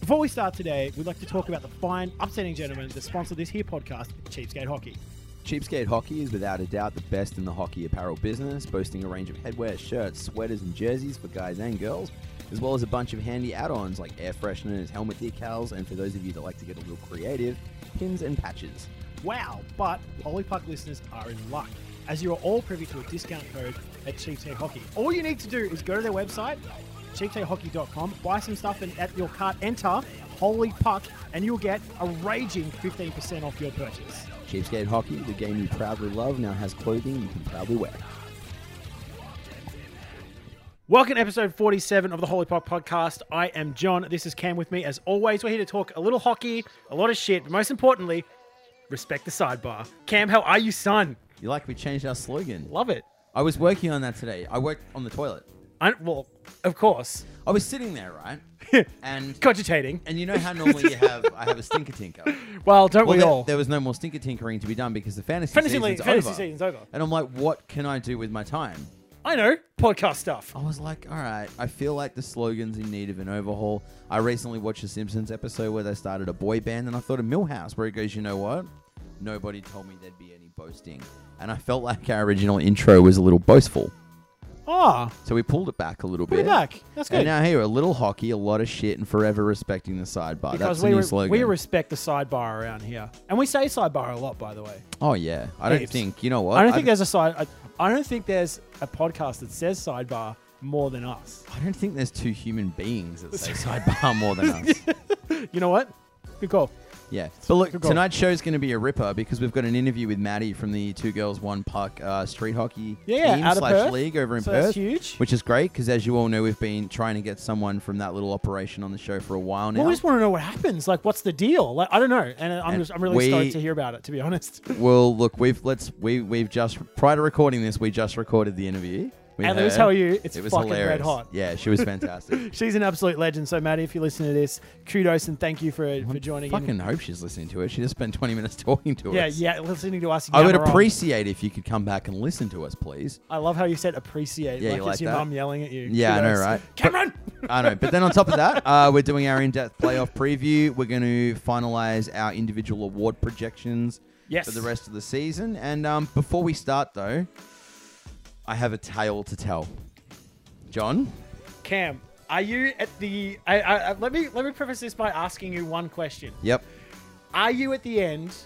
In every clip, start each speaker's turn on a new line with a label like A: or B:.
A: Before we start today, we'd like to talk about the fine, upsetting gentlemen that sponsor this here podcast, Cheapskate Hockey.
B: Cheapskate Hockey is without a doubt the best in the hockey apparel business, boasting a range of headwear, shirts, sweaters, and jerseys for guys and girls, as well as a bunch of handy add ons like air fresheners, helmet decals, and for those of you that like to get a little creative, pins and patches.
A: Wow, but Polypuck listeners are in luck, as you are all privy to a discount code at Cheapskate Hockey. All you need to do is go to their website, cheapskatehockey.com, buy some stuff, and at your cart, enter Holy Puck, and you'll get a raging 15% off your purchase.
B: Cheapskate Hockey, the game you proudly love, now has clothing you can proudly wear.
A: Welcome to episode 47 of the Holy Pop Podcast. I am John. This is Cam with me. As always, we're here to talk a little hockey, a lot of shit, but most importantly, respect the sidebar. Cam, how are you, son?
B: You like we changed our slogan?
A: Love it.
B: I was working on that today. I worked on the toilet.
A: I, well, of course.
B: I was sitting there, right? and
A: Cogitating.
B: and you know how normally you have I have a stinker tinker.
A: Well, don't
B: Well,
A: we
B: there,
A: all?
B: there was no more stinker tinkering to be done because the fantasy,
A: Fantasy
B: season's
A: league-
B: over.
A: fantasy season's over.
B: And I'm like, what can I do with my time?
A: I know. Podcast stuff.
B: I was like, all right, I feel like the slogan's in need of an overhaul. I recently watched a Simpsons episode where they started a boy band, and I thought of Millhouse, where it goes, you know what? Nobody told me there'd be any boasting. And I felt like our original intro was a little boastful.
A: Ah,
B: So we pulled it back a little
A: put
B: bit.
A: it back. That's
B: And
A: good.
B: now here, a little hockey, a lot of shit, and forever respecting the sidebar. That's
A: Because
B: the
A: we,
B: new
A: re-
B: slogan.
A: we respect the sidebar around here. And we say sidebar a lot, by the way.
B: oh, yeah. I don't
A: Heaps.
B: think, you know what?
A: I don't think
B: I've-
A: there's a side. I, I don't think there's a podcast that says sidebar more than us.
B: I don't think there's two human beings that say sidebar more than us.
A: You know what? Good call.
B: Yeah. But look,
A: Good call.
B: tonight's show's going to be a ripper because we've got an interview with Maddie from the Two Girls One Puck uh, street hockey
A: Yeah,
B: team
A: out of
B: slash
A: Perth.
B: league over in
A: So
B: Perth,
A: that's huge.
B: which is great because as you all know, we've been trying to get someone from that little operation on the show for a while now.
A: Well, we just want to know what happens. Like, what's the deal? Like, I don't know. And I'm
B: And
A: just, I'm really
B: we-
A: stoked to hear about it. To be honest,
B: well, look, we've let's we we've just prior to recording this, we just recorded the interview. with
A: And let me
B: her.
A: tell you, it's
B: it was
A: fucking red
B: hilarious.
A: hot.
B: Yeah, she was fantastic.
A: she's an absolute legend. So, Maddie, if you listen to this, kudos and thank you for for joining. in.
B: Fucking hope she's listening to it. She just spent 20 minutes talking to
A: Yeah,
B: us.
A: yeah, listening to us.
B: I would
A: yammer on.
B: appreciate if you could come back and listen to us, please.
A: I love how you said appreciate.
B: Yeah,
A: like
B: you
A: it's
B: like
A: your
B: that?
A: mum yelling at you.
B: Yeah, I know,
A: Kudos.
B: right?
A: Cameron.
B: I know. But then on top of that, uh, we're doing our in-depth playoff preview. We're going to finalize our individual award projections
A: Yes.
B: for the rest of the season. And um, before we start, though, I have a tale to tell. John,
A: Cam, are you at the? I, I, I- let me let me preface this by asking you one question.
B: yep,
A: Are you at the end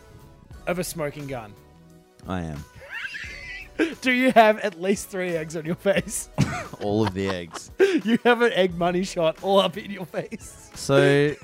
A: of a smoking gun?
B: I am.
A: Do you have at least three eggs on your face?
B: All of the eggs.
A: you have an egg money shot all up in your face.
B: So,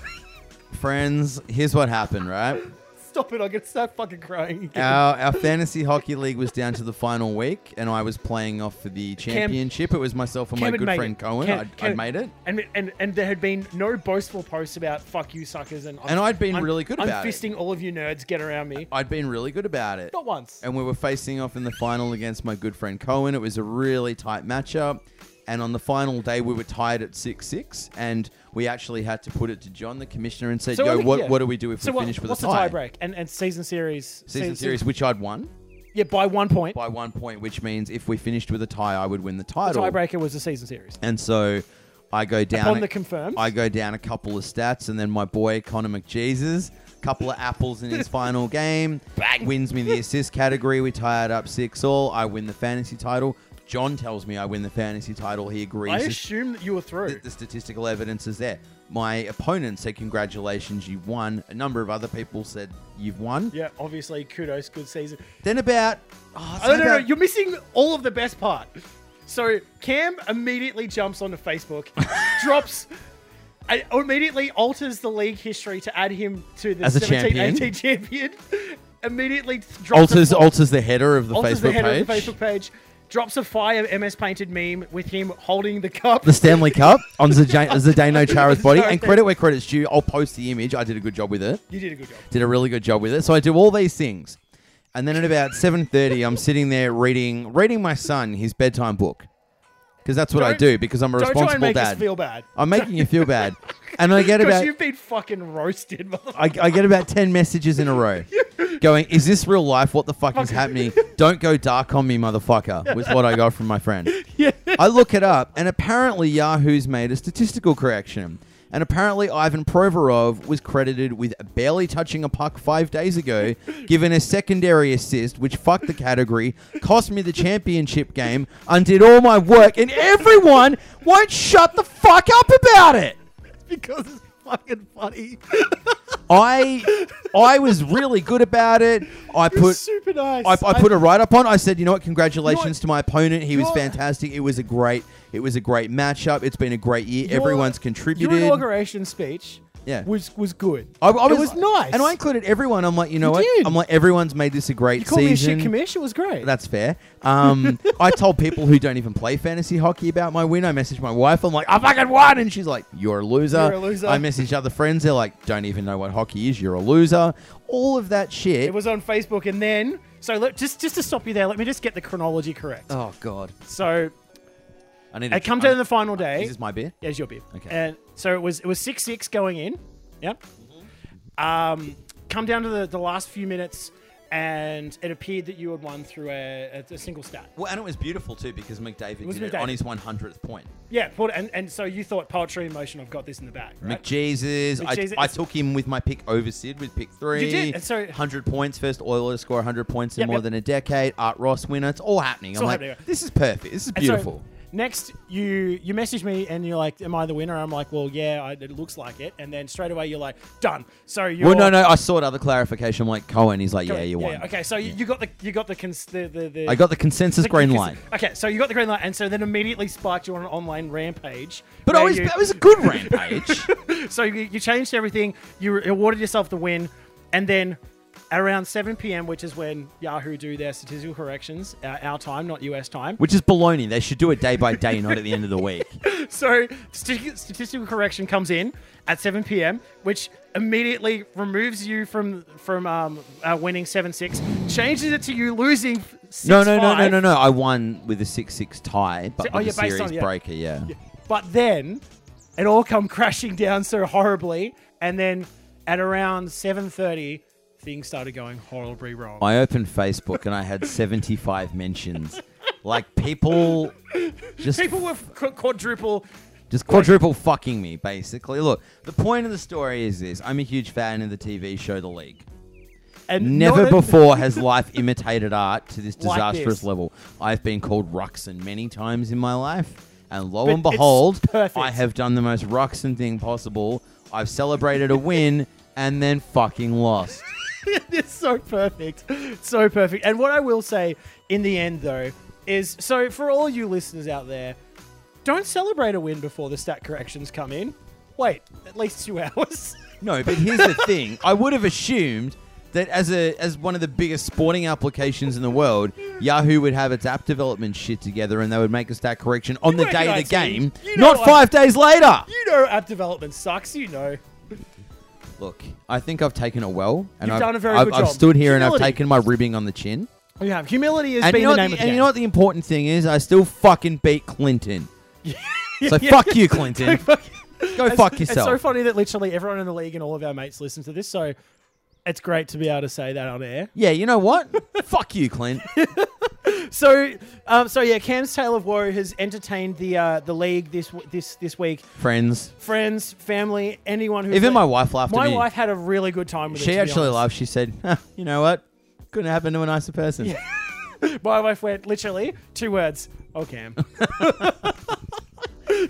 B: friends, here's what happened, right?
A: Stop it! I'm gonna start fucking crying again.
B: Our, our fantasy hockey league was down to the final week, and I was playing off for the championship. it was myself and
A: Cam
B: my
A: had
B: good
A: made
B: friend
A: it.
B: Cohen.
A: Cam-
B: I'd,
A: Cam-
B: I'd made it.
A: And, and and there had been no boastful posts about "fuck you, suckers," and
B: And I'd been really good
A: I'm
B: about it.
A: fisting all of you nerds. Get around me.
B: I'd been really good about it.
A: Not once.
B: and we were facing off in the final against my good friend Cohen. It was a really tight matchup. And on the final day, we were tied at 6 6, and we actually had to put it to John, the commissioner, and said, Yo,
A: think-
B: what,
A: yeah.
B: what do we do if
A: so
B: we
A: what-
B: finish with
A: what's
B: a tie?
A: the tiebreak? And and season series.
B: Season series, which I'd won
A: Yeah, by one point.
B: by one point, which means if we finished with a tie, I would win the title.
A: tiebreaker was the season series.
B: And so I go down.
A: Upon the confirmed.
B: I go down a couple of stats, and then my boy Connor McJesus, couple of apples in his final game,
A: Bang.
B: wins me the assist category. We tie it up six all. I win the fantasy title. John tells me I win the fantasy title. He agrees.
A: I
B: The-
A: assume that you were through.
B: the, the statistical evidence is there. My opponent said, "Congratulations, you won." A number of other people said, "You've won."
A: yeah, obviously, kudos, good season.
B: Then about oh,
A: Oh, no,
B: something
A: no, no,
B: about-
A: you're missing all of the best part. So Cam immediately jumps onto Facebook, drops, and immediately alters the league history to add him to the
B: As a
A: 17,
B: champion?
A: 18 champion. Immediately drops a
B: alters
A: fo-
B: alters the header of the
A: alters
B: Facebook
A: the header
B: page.
A: of the Facebook page, drops a fire MS painted meme with him holding the cup.
B: the Stanley Cup on Zdeno Zdeno Chara's body.
A: Sorry.
B: And credit where credit's due, I'll post the image. I did a good job with it.
A: you did a good job.
B: Did a really good job with it. So I do all these things, and then at about seven thirty, I'm sitting there reading reading my son his bedtime book, because that's what I
A: Don't-
B: do. Because I'm a
A: Don't try and
B: responsible
A: make
B: dad.
A: us feel bad.
B: I'm making you feel bad, and I get
A: Because
B: about
A: you've been fucking roasted, motherfucker.
B: I, I get about 10 messages in a row going, Is this real life? What the fuck is happening? Don't go dark on me, motherfucker, was what I got from my friend. I look it up, and apparently Yahoo's made a statistical correction. And apparently, Ivan Provorov was credited with barely touching a puck five days ago, given a secondary assist, which fucked the category, cost me the championship game, undid all my work, and everyone won't shut the fuck up about it.
A: because it's fucking funny.
B: I, I was really good about it. I
A: You're
B: put
A: super nice.
B: I, I put a write up on. I said, you know what? Congratulations
A: You're-
B: to my opponent. He was
A: you're-
B: fantastic. It was a great. It was a great matchup. It's been a great year.
A: your-
B: Everyone's
A: Your
B: contributed.
A: inauguration speech
B: Yeah.
A: was was good.
B: I, I
A: it was nice.
B: and I included everyone. I'm like, you know
A: You
B: what?
A: did.
B: I'm like, everyone's made this a great
A: you called me a
B: season.
A: shit commish. It was great.
B: That's fair. Um, I told people who don't even play fantasy hockey about my win. I messaged my wife. I'm like, I fucking won, and she's like, You're a loser.
A: You're a loser.
B: I messaged other friends. They're like, Don't even know what hockey is. You're a loser. All of that shit.
A: it was on Facebook, and then so let, just just to stop you there, let me just get the chronology correct.
B: oh god.
A: So
B: I need.
A: it
B: to-
A: comes
B: I-
A: down to the final day.
B: Is this my beer?
A: As your bib.
B: Okay.
A: And so it was it was six six going in. Yep. Um, come down to the, the last few minutes, and it appeared that you had won through a, a, a single stat.
B: Well, and it was beautiful too because McDavid
A: was
B: did it on
A: McDavid.
B: his 100th point.
A: Yeah. Port, and and so you thought poetry in motion. I've got this in the bag. Right?
B: McJesus,
A: McJesus.
B: I, I took him with my pick over Sid with pick three.
A: You did, and so-
B: 100 points, first Oiler to score 100 points in
A: Yep,
B: more
A: yep.
B: than a decade. Art Ross winner. It's all happening. I'm
A: all
B: like,
A: happening.
B: this is perfect. This is
A: And so
B: beautiful.
A: next, you you message me and you're like, "Am I the winner?" I'm like, "Well, yeah, I, it looks like it." And then straight away you're like, "Done." So you.
B: well, no, no. I sought other clarification. I'm like, Cohen, he's like, yeah, you won.
A: Okay, so you, you got the you got the cons- the, the, the
B: I got the consensus
A: the-
B: green
A: cons-
B: line.
A: Okay, so you got the green light, and so then immediately spiked you on an online rampage.
B: But I
A: where
B: was,
A: you-
B: that was a good rampage.
A: so you, you changed everything. You awarded yourself the win, and then around 7 p.m., which is when Yahoo do their statistical corrections, uh, our time, not US time.
B: Which is baloney. They should do it day by day, not at the end of the week.
A: So st- statistical correction comes in at 7 p.m., which immediately removes you from from um, uh, winning 7-6, changes it to you losing. 6
B: No, no, no, no, no, no. I won with a 6 6 tie, but
A: So- oh,
B: with a
A: yeah, based on-
B: series
A: yeah.
B: breaker, yeah.
A: But then it all come crashing down so horribly, and then at around 7:30, things started going horribly wrong.
B: I opened Facebook and I had 75 mentions. Like people just
A: People were qu- quadruple.
B: just quadruple fucking me basically. Look, the point of the story is this. I'm a huge fan of the TV show The League.
A: And
B: Never
A: not a-
B: before has life imitated art to this
A: Like
B: disastrous
A: this.
B: level. I've been called Ruxin many times in my life, and lo
A: But
B: and
A: it's
B: behold,
A: perfect.
B: I have done the most Ruxin thing possible. I've celebrated a win and then fucking lost.
A: it's so perfect. So perfect. And what I will say in the end, though, is so for all you listeners out there, don't celebrate a win before the stat corrections come in. Wait at least two hours.
B: No, but here's the thing. I would have assumed that as a as one of the biggest sporting applications in the world, Yahoo would have its app development shit together and they would make a stat correction on
A: You
B: the day of the
A: recognise me.
B: game,
A: You know
B: not
A: I-
B: five days later.
A: you know, app development sucks. You know.
B: Look, I think I've taken it well, and
A: You've
B: I've,
A: done a very
B: I've,
A: good
B: I've
A: job.
B: stood here and
A: Humility.
B: I've taken my ribbing on the chin.
A: You have humility has
B: And,
A: been
B: you know,
A: the
B: what
A: name
B: the,
A: of the
B: and you
A: game.
B: know what the important thing is? I still fucking beat Clinton. so
A: Yeah.
B: fuck you, Clinton. Go
A: It's-
B: fuck yourself.
A: It's so funny that literally everyone in the league and all of our mates listen to this, so it's great to be able to say that on air.
B: yeah, you know what? fuck you, Clint.
A: So, um, so yeah, Cam's Tale of Woe has entertained the uh, the league this w- this this week.
B: Friends.
A: Friends, family, anyone who
B: Even my wife laughed
A: My
B: at me.
A: wife had a really good time with it.
B: She
A: to be
B: actually
A: honest.
B: laughed. She said, "Huh, "You know what? Couldn't happen to a nicer person."
A: My wife went literally two words. Oh, Cam.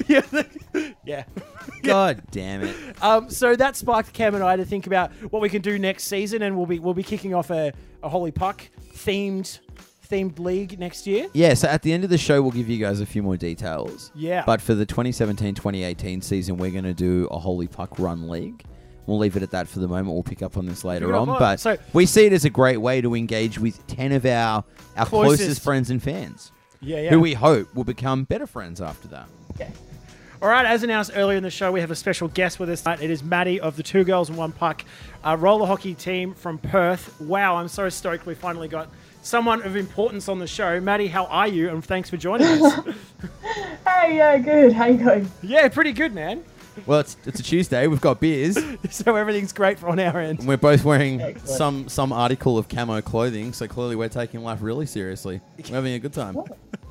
A: yeah, yeah.
B: God damn it!
A: Um, so that sparked Cam and I to think about what we can do next season, and we'll be we'll be kicking off a, a Holy Puck themed themed league next year.
B: Yeah. So at the end of the show, we'll give you guys a few more details.
A: Yeah.
B: But for the 2017-2018 season, we're going to do a Holy Puck Run League. We'll leave it at that for the moment. We'll pick up on this later
A: it up
B: on,
A: on.
B: but
A: So-
B: we see it as a great way to engage with ten of our our closest,
A: Closest.
B: friends and fans,
A: Yeah, yeah.
B: who we hope will become better friends after that.
A: All right, as announced earlier in the show, we have a special guest with us tonight. It is Maddie of the Two Girls and One Puck uh, roller hockey team from Perth. Wow, I'm so stoked we finally got someone of importance on the show. Maddie, how are you? And thanks for joining us.
C: Hey, yeah, good. How you going?
A: yeah, pretty good, man.
B: Well, it's, it's a Tuesday. We've got beers.
A: So everything's great on our end.
B: We're both wearing
C: Excellent.
B: some some article of camo clothing, so clearly we're taking life really seriously. We're having a good time.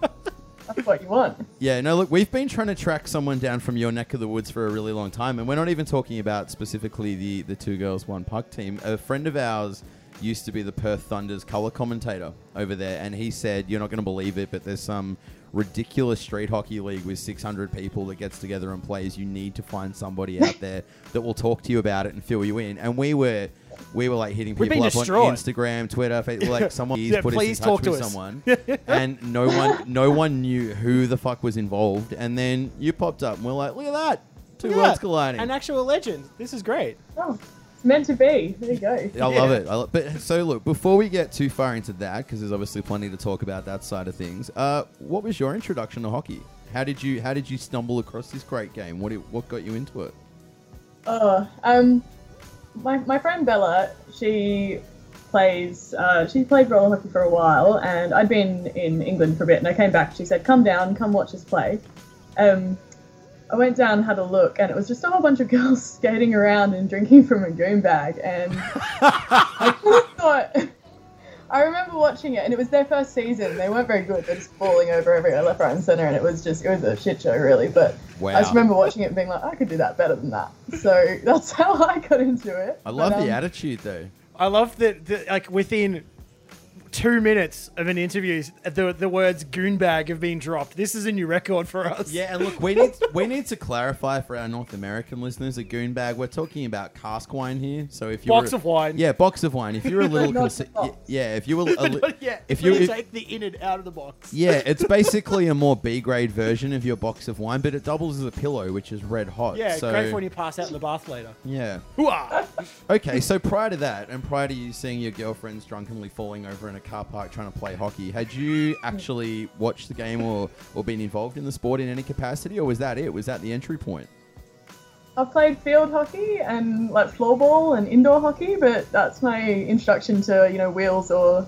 C: That's what you want.
B: Yeah, no, look, we've been trying to track someone down from your neck of the woods for a really long time, and we're not even talking about specifically the, the two girls, one puck team. A friend of ours used to be the Perth Thunder's colour commentator over there, and he said, You're not going to believe it, but there's some ridiculous street hockey league with 600 people that gets together and plays. You need to find somebody out there that will talk to you about it and fill you in. And we were. We were like hitting
A: We've been
B: people up
A: distraught.
B: on Instagram, Twitter, fa- like someone
A: Yeah,
B: put us in
A: please
B: touch
A: talk to
B: with
A: us.
B: someone and no one no one knew who the fuck was involved and then you popped up and we're like look at that two
A: Look at
B: worlds
A: that.
B: colliding
A: An actual legend. This is great.
C: Oh, it's meant to be. There you go.
B: I love
A: Yeah.
B: it. I love, but so look, before we get too far into that, because there's obviously plenty to talk about that side of things. Uh, what was your introduction to hockey? How did you How did you stumble across this great game? What did, What got you into it?
C: Oh, um, my, my friend Bella, she plays, uh, she played roller hockey for a while, and I'd been in England for a bit, and I came back. She said, "Come down, come watch us play." Um, I went down, had a look, and it was just a whole bunch of girls skating around and drinking from a goon bag, and I kinda thought. I remember watching it, and it was their first season. They weren't very good. They're just falling over everywhere, left, right, and center, and it was just it was a shit show, really. But I just remember watching it and being like, I could do that better than that. So that's how I got into it.
B: I love
C: But, um,
B: the attitude though.
A: I love that, that like within two minutes of an interview, the the words goonbag have been dropped. This is a new record for us.
B: Yeah, and look, we need we need to clarify for our North American listeners a goon bag. We're talking about cask wine here. So if you
A: Box
B: were-
A: of wine.
B: yeah, box of wine. If you're a little,
C: Not
B: conce-
C: the box.
B: y- yeah, if you were, a li-
A: yeah.
B: if you, if-
A: take the in and out of the box.
B: yeah, it's basically a more B grade version of your box of wine, but it doubles as a pillow, which is red hot.
A: Yeah,
B: so,
A: great for when you pass out in the bath later.
B: yeah.
A: Hooah!
B: Okay, so prior to that, and prior to you seeing your girlfriends drunkenly falling over in a car park trying to play hockey, had you actually watched the game or, or been involved in the sport in any capacity, or was that it? Was that the entry point?
C: I've played field hockey and like floorball and indoor hockey, but that's my introduction to you know wheels or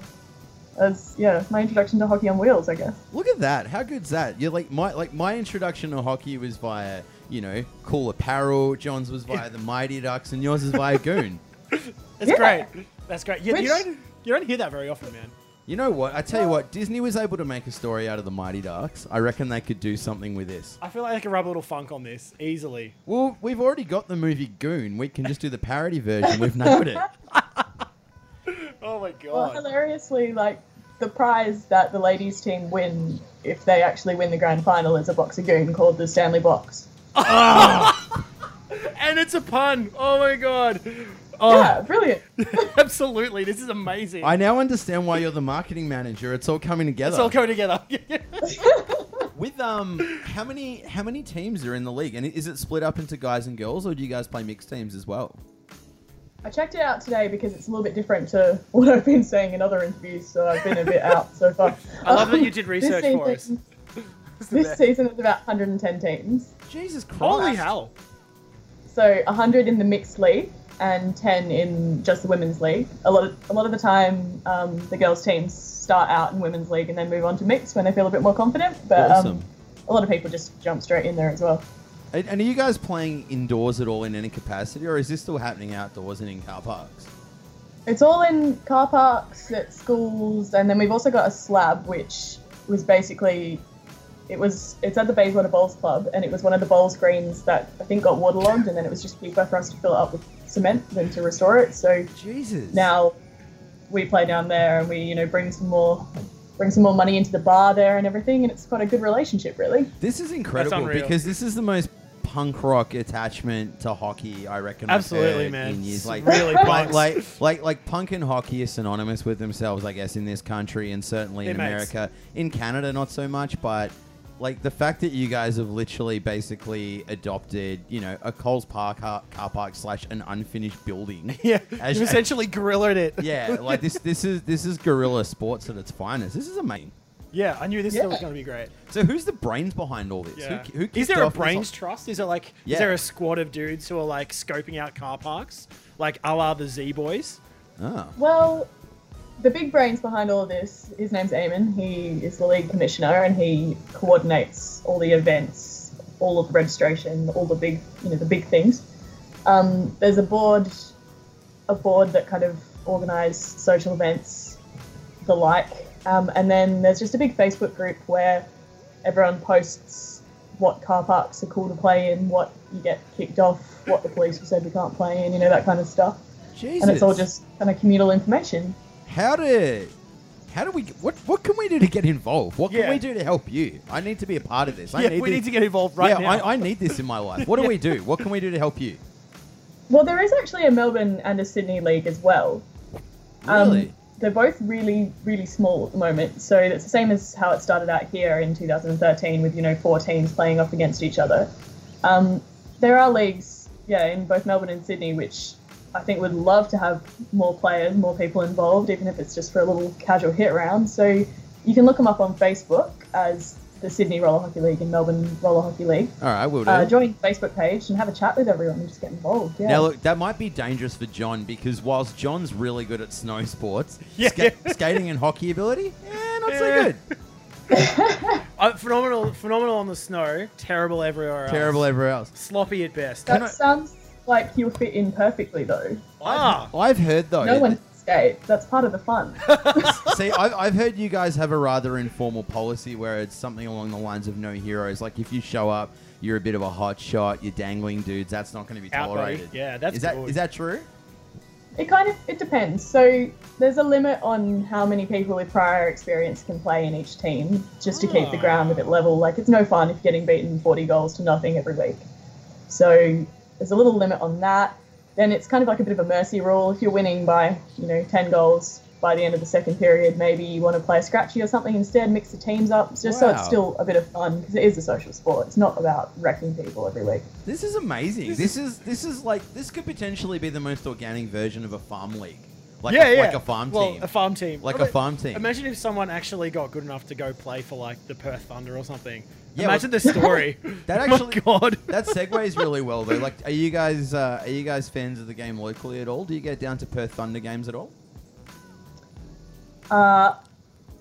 C: as yeah my introduction to hockey on wheels, I guess.
B: Look at that! How good's that? You're like my like my introduction to hockey was via you know cool apparel. John's was via the Mighty Ducks, and yours is via Goon.
A: That's
C: Yeah.
A: great. That's great. Yeah, you
C: Which-
A: don't you don't hear that very often, man.
B: You know what? I tell you what, Disney was able to make a story out of the Mighty Ducks. I reckon they could do something with this.
A: I feel like I can rub a little funk on this easily.
B: Well, we've already got the movie Goon. We can just do the parody version. We've nailed it.
A: Oh my
C: Well,
A: god.
C: hilariously, like the prize that the ladies team win if they actually win the grand final is a box of goon called the Stanley Box.
A: and it's a pun. Oh my god. Oh,
C: Yeah, brilliant.
A: absolutely. This is amazing.
B: I now understand why you're the marketing manager. It's all coming together.
A: Let's all go together.
B: With um, how many how many teams are in the league, and is it split up into guys and girls, or do you guys play mixed teams as well?
C: I checked it out today because it's a little bit different to what I've been saying in other interviews, so I've been a bit out so far.
A: I love that you did
C: This
A: research for us.
C: season- This season is about 110 teams,
B: Jesus Christ!
A: Holy hell.
C: so 100 in the mixed league and 10 in just the women's league. A lot of, a lot of the time, um, the girls' teams start out in women's league and then move on to mixed when they feel a bit more confident. But
B: Awesome.
C: um, a lot of people just jump straight in there as well.
B: And, and are you guys playing indoors at all in any capacity, or is this still happening outdoors and in car parks?
C: It's all in car parks, at schools, and then we've also got a slab, which was basically, it was it's at the Bayswater Bowls Club, and it was one of the bowls greens that I think got waterlogged, and then it was just cheaper for us to fill it up with cement than to restore it. So
B: Jesus.
C: now we play down there, and we you know bring some more, bring some more money into the bar there and everything, and it's quite a good relationship, really.
B: This is incredible
A: unreal.
B: because this is the most punk rock attachment to hockey I reckon. I've
A: Absolutely,
B: heard
A: man.
B: In years.
A: It's
B: Like,
A: really
B: like,
A: punks.
B: like, like, like, punk and hockey are synonymous with themselves, I guess, in this country and certainly in
A: They're mates.
B: America. In Canada, not so much, but like the fact that you guys have literally basically adopted, you know, a Coles Park car, car park slash an unfinished building.
A: Yeah.
B: As-
A: you essentially grilled it.
B: yeah, like this. This is this is guerrilla sports at its finest. This is amazing.
A: Yeah, I knew this
C: Yeah.
A: was going to be great.
B: So who's the brains behind all this?
A: Yeah.
B: Who, who
A: is
B: kicked
A: there a
B: off this
A: brains
B: whole-
A: trust? Is there like
B: Yeah.
A: is there a squad of dudes who are like scoping out car parks, like a la the Z Boys?
B: Oh.
C: Well, the big brains behind all of this, his name's Eamon. He is the league commissioner and he coordinates all the events, all of the registration, all the big, you know, the big things. Um, there's a board, a board that kind of organise social events, the like, um, and then there's just a big Facebook group where everyone posts what car parks are cool to play in, what you get kicked off, what the police have said you can't play in, you know, that kind of stuff.
B: Jesus.
C: And it's all just kind of communal information.
B: How do how do we what what can we do to get involved? What can
A: Yeah.
B: we do to help you? I need to be a part of this. I
A: yeah,
B: need
A: we
B: to,
A: need to get involved right
B: yeah,
A: now.
B: I, I need this in my life. What do we do? What can we do to help you?
C: Well, there is actually a Melbourne and a Sydney league as well.
B: Really?
C: Um, they're both really, really small at the moment. So it's the same as how it started out here in 2013 with, you know, four teams playing off against each other. Um, there are leagues, yeah, in both Melbourne and Sydney, which I think would love to have more players, more people involved, even if it's just for a little casual hit round. So you can look them up on Facebook as the Sydney Roller Hockey League and Melbourne Roller Hockey League.
B: All right, we'll do.
C: Uh, join the Facebook page and have a chat with everyone and just get involved. Yeah.
B: Now look, that might be dangerous for John because whilst John's really good at snow sports,
A: Yeah.
B: skating and hockey ability, yeah, not so
A: Yeah.
B: good.
A: Uh, phenomenal, phenomenal on the snow. Terrible everywhere else.
B: Terrible everywhere else.
A: Sloppy at best.
C: that
B: I-
C: sounds like you'll fit in perfectly, though.
A: Ah,
B: I've heard though.
C: No
B: that-
C: one can skate. That's part of the fun.
B: See, I've, I've heard you guys have a rather informal policy where it's something along the lines of no heroes. Like if you show up, you're a bit of a hot shot, you're dangling dudes. That's not going to be
A: Out, buddy.
B: tolerated.
A: Yeah, that's
B: is that
A: good.
B: is that true?
C: it kind of it depends. So there's a limit on how many people with prior experience can play in each team, just to keep the
A: Ah.
C: ground a bit level. Like it's no fun if you're getting beaten 40 goals to nothing every week. So there's a little limit on that. Then it's kind of like a bit of a mercy rule. If you're winning by you know 10 goals by the end of the second period, maybe you want to play a scratchy or something instead. Mix the teams up just so
B: Wow.
C: it's still a bit of fun because it is a social sport. It's not about wrecking people every week.
B: This is amazing. This, is this is like this could potentially be the most organic version of a farm league. Like
A: yeah,
B: a,
A: yeah.
B: like a farm
A: well,
B: team.
A: a farm team,
B: like
A: Well,
B: a farm team.
A: Imagine if someone actually got good enough to go play for like the Perth Thunder or something.
B: Yeah,
A: imagine
B: well-
A: the story.
B: That
A: My
B: actually-
A: God.
B: that segues really well though. Like, are you guys uh, are you guys fans of the game locally at all? Do you get down to Perth Thunder games at all?
C: Uh,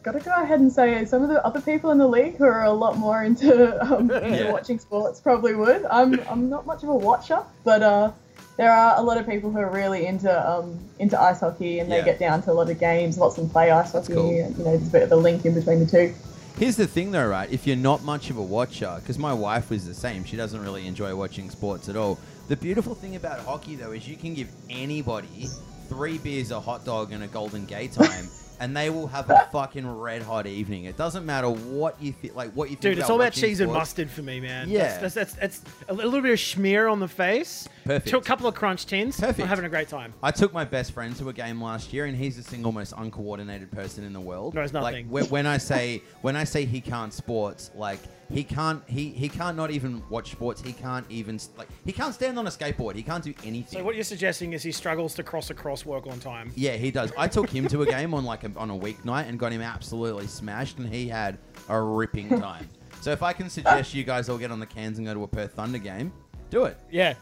C: gotta go ahead and say some of the other people in the league who are a lot more into um, into
B: Yeah.
C: watching sports probably would. I'm I'm not much of a watcher, but uh, there are a lot of people who are really into um, into ice hockey and they
B: Yeah.
C: get down to a lot of games, lots of play ice hockey.
B: cool.
C: and, You know, there's a bit of a link in between the two.
B: Here's the thing, though, right? If you're not much of a watcher, because my wife was the same, she doesn't really enjoy watching sports at all. The beautiful thing about hockey, though, is you can give anybody three beers, a hot dog, and a Golden Gay time, and they will have a fucking red hot evening. It doesn't matter what you think, like what you think.
A: Dude, it's all about
B: watching
A: cheese and
B: sports.
A: mustard for me, man.
B: Yeah.
A: That's, that's, that's, that's a little bit of smear on the face.
B: Perfect.
A: To a couple of crunch tins.
B: Perfect.
A: I'm having a great time.
B: I took my best friend to a game last year, and he's the single most uncoordinated person in the world.
A: Knows
B: Like
A: nothing.
B: when, when I say when I say he can't sports, like he can't he he can't not even watch sports. He can't even like he can't stand on a skateboard. He can't do anything.
A: So what you're suggesting is he struggles to cross a crosswalk on time.
B: yeah, he does. I took him to a game on like a, on a weeknight and got him absolutely smashed, and he had a ripping time. so if I can suggest you guys all get on the cans and go to a Perth Thunder game, do it.
A: Yeah,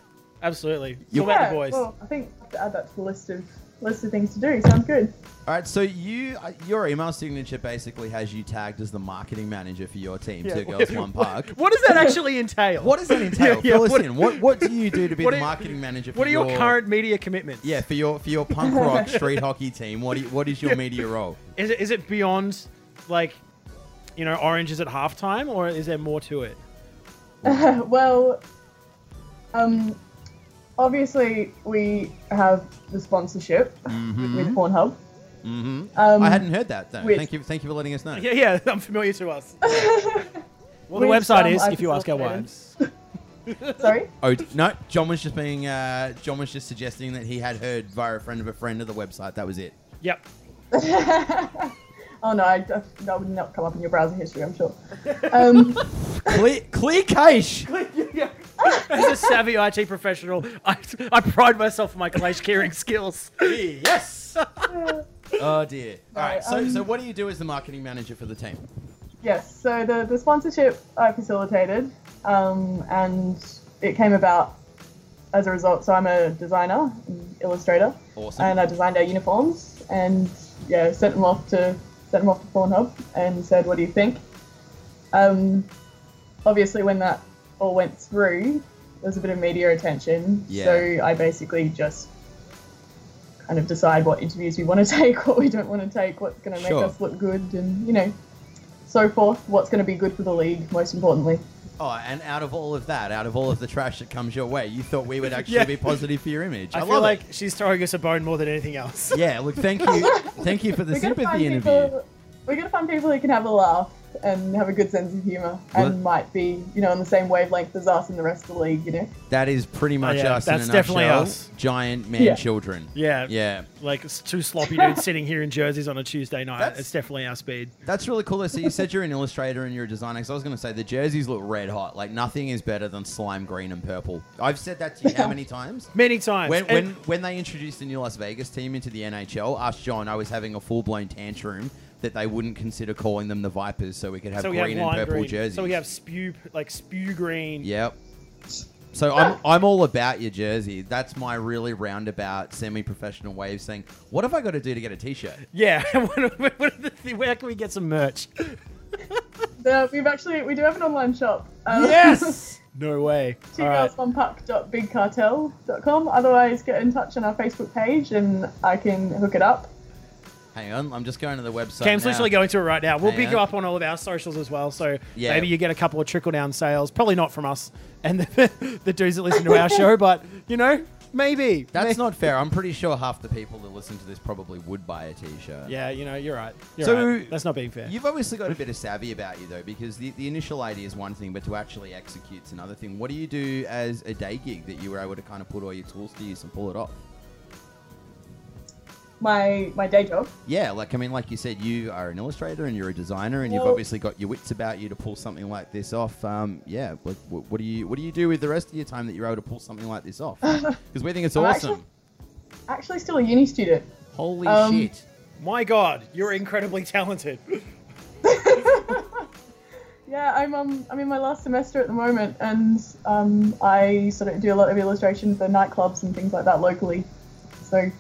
A: absolutely. It's
B: You-
A: all about the boys.
C: well, I think I have to add that to the list of list of things to do. Sounds good.
B: All right, so you uh, your email signature basically has you tagged as the marketing manager for your team, Two Girls One Park.
A: What does that actually entail?
B: What does that entail?
A: Yeah, yeah,
B: Fill us
A: what-
B: in. What what do you do to be
A: What
B: the
A: are-
B: marketing manager? For
A: What are your, current media commitments?
B: Yeah, for your for your punk rock street hockey team. What do you, what is your media role?
A: Is it, is it beyond, like, you know, oranges at halftime, or is there more to it?
C: well, um, obviously we have the sponsorship with
B: hmm
C: Pornhub. Um,
B: Mm-hmm. I hadn't heard that though.
C: with-
B: Thank you thank you for letting us know.
A: Yeah, yeah, I'm familiar to us. well, the
C: With some
A: website is, if you ask our
C: isolated-
A: wives.
C: Sorry.
B: Oh no, John was just being uh, John was just suggesting that he had heard via a friend of a friend of the website. That was it.
A: Yep.
C: Oh no, I, that would not come up in your browsing history, I'm sure. Um,
B: Clear clear cache.
A: As a savvy IT professional, I, I pride myself on my clash caring skills.
B: Yes. oh dear. All right. So
C: um,
B: so what do you do as the marketing manager for the team?
C: yes, so the, the sponsorship I facilitated, um, and it came about as a result. So I'm a designer, and illustrator,
B: Awesome.
C: and I designed our uniforms, and yeah, sent them off to sent them off to Pornhub, and said, "What do you think?" Um, obviously, when that all went through, there was a bit of media attention.
B: Yeah.
C: So I basically just kind of decide what interviews we want to take, what we don't want to take, what's going to make
B: Sure.
C: us look good, and you know. so forth, what's going to be good for the league, most importantly.
B: Oh, and out of all of that, out of all of the trash that comes your way, you thought we would actually
A: Yeah.
B: be positive for your image. I,
A: I, feel
B: love
A: like she's throwing us a bone more than anything else.
B: it. Yeah, look, thank you, thank you for the
C: We're going to find
B: sympathy interview.
C: people. We're going to find people who can have a laugh and have a good sense of humor
B: What?
C: and might be, you know, on the same wavelength as us and the rest of the league. You know,
B: That is pretty much
A: Oh, yeah,
B: us.
A: that's
B: in a
A: definitely
B: nutshell.
A: us.
B: Giant man
C: Yeah.
B: children.
A: Yeah.
B: Yeah.
A: Like it's two sloppy dudes sitting here in jerseys on a Tuesday night.
B: That's-
A: it's definitely our speed.
B: That's really cool. So you said you're an illustrator and you're a designer. Because I was going to say the jerseys look red hot. Like nothing is better than slime green and purple. I've said that to you how many times?
A: Many times.
B: When,
A: And-
B: when when they introduced the new Las Vegas team into the NHL, us John, I was having a full blown tantrum that they wouldn't consider calling them the Vipers, so we could have
A: so we have
B: green and
A: lime
B: purple
A: green.
B: jerseys.
A: So we have spew like spew green.
B: Yep. So I'm I'm all about your jersey. That's my really roundabout semi-professional way of saying, what have I got to do to get a T-shirt?
A: Yeah. What- what- what are the thi- Where can we get some merch?
C: so we've actually we do have an online shop. Uh,
A: yes. No way.
C: Two
A: All right.
C: girls, one puck dot bigcartel.com. Otherwise, get in touch on our Facebook page and I can hook it up.
B: Hang on, I'm just going to the website.
A: Cam's
B: now.
A: literally going to it right now. We'll
B: Hang
A: pick you
B: on.
A: up on all of our socials as well. So
B: Yeah.
A: maybe you get a couple of trickle down sales. Probably not from us and the, the dudes that listen to our show, but you know, maybe.
B: That's
A: May-
B: not fair. I'm pretty sure half the people that listen to this probably would buy a T-shirt.
A: Yeah, you know, you're right. You're
B: So-
A: right. that's not being fair.
B: You've obviously got a bit of savvy about you though, because the, the initial idea is one thing, but to actually execute's another thing. What do you do as a day gig that you were able to kind of put all your tools to use and pull it off?
C: My my day job.
B: Yeah, like I mean, like you said, you are an illustrator and you're a designer, and you've
C: Well-
B: obviously got your wits about you to pull something like this off. Um, yeah, what, what, what do you what do you do with the rest of your time that you're able to pull something like this off? Because we think it's
C: I'm
B: awesome.
C: actually- Actually, still a uni student.
B: Holy
C: um,
B: shit!
A: My God, you're incredibly talented.
C: Yeah, I'm um, I'm in my last semester at the moment, and um, I sort of do a lot of illustration for nightclubs and things like that locally. So,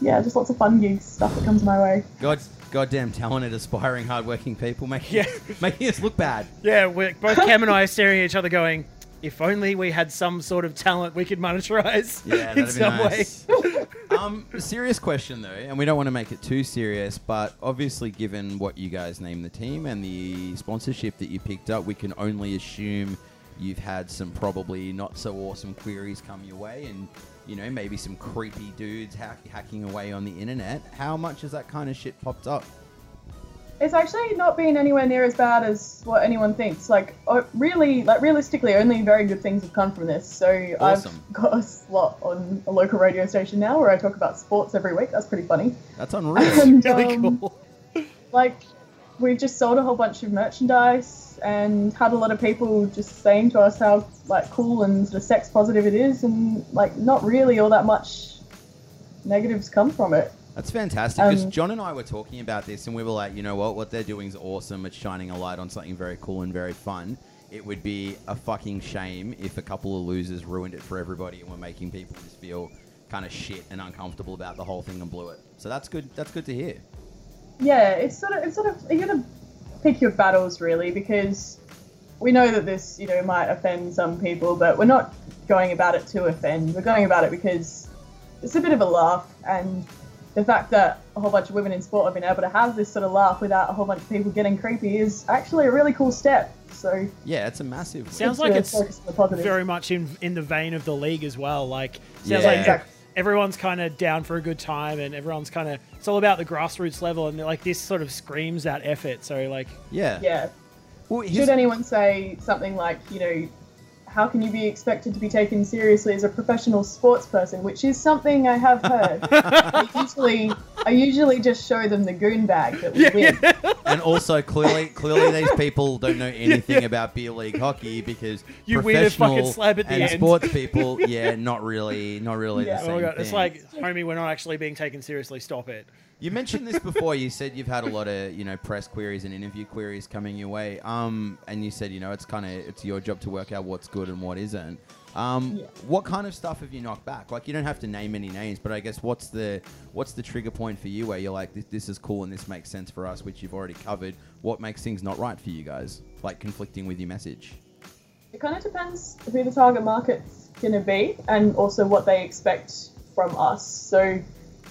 C: yeah, just lots of fun gigs, stuff that comes my way.
B: God, goddamn talented, aspiring, hardworking people making
A: Yeah.
B: making us look bad.
A: Yeah, we're, both Cam and I are staring at each other going, if only we had some sort of talent we could monetize
B: Yeah,
A: in
B: that'd be
A: some
B: nice.
A: way.
B: um, serious question though, and we don't want to make it too serious, but obviously, given what you guys name the team and the sponsorship that you picked up, we can only assume you've had some probably not so awesome queries come your way, and you know maybe some creepy dudes hack- hacking away on the internet. How much has that kind of shit popped up?
C: It's actually not been anywhere near as bad as what anyone thinks. Like, oh, really, like realistically, only very good things have come from this. So
B: Awesome.
C: I've got a slot on a local radio station now where I talk about sports every week. That's pretty funny.
B: That's unreal.
C: And,
A: Really
C: um,
A: cool.
C: like we've just sold a whole bunch of merchandise and had a lot of people just saying to us how like cool and sort of sex positive it is and like not really all that much negatives come from it
B: That's fantastic because
C: Um,
B: John and I were talking about this, and we were like, you know what? What they're doing is awesome. It's shining a light on something very cool and very fun. It would be a fucking shame if a couple of losers ruined it for everybody and were making people just feel kind of shit and uncomfortable about the whole thing and blew it. So that's good. That's good to hear.
C: yeah it's sort of it's sort of you gotta pick your battles really because we know that this you know might offend some people but we're not going about it to offend we're going about it because it's a bit of a laugh and the fact that a whole bunch of women in sport have been able to have this sort of laugh without a whole bunch of people getting creepy is actually a really cool step so
B: Yeah, it's a massive. win.
A: Sounds
C: it's
A: like
C: really
A: it's
C: focused on the positive.
A: very much in in the vein of the league as well. Like sounds
B: Yeah.
A: like
C: Exactly.
A: everyone's kind of down for a good time, and everyone's kind of it's all about the grassroots level, and like this sort of screams that effort. So like,
B: yeah.
C: yeah
B: Well, here's-
C: should anyone say something like, you know, how can you be expected to be taken seriously as a professional sports person? Which is something I have heard. I usually, I usually just show them the goon bag that we win.
B: and also clearly, clearly these people don't know anything about beer league hockey because
A: You win a fucking
B: professional
A: slab at the
B: and
A: end.
B: sports people, yeah, not really, not really. The
C: Yeah.
A: oh
B: same
A: my god, it's
B: thing.
A: like, homie, we're not actually being taken seriously. Stop it.
B: You mentioned this before. You said you've had a lot of you know press queries and interview queries coming your way. Um, and you said you know it's kind of it's your job to work out what's good and what isn't. Um,
C: Yeah.
B: what kind of stuff have you knocked back? Like you don't have to name any names, but I guess what's the what's the trigger point for you where you're like this, this is cool and this makes sense for us, which you've already covered. What makes things not right for you guys? Like conflicting with your message.
C: It kind of depends who the target market's gonna be, and also what they expect from us. So,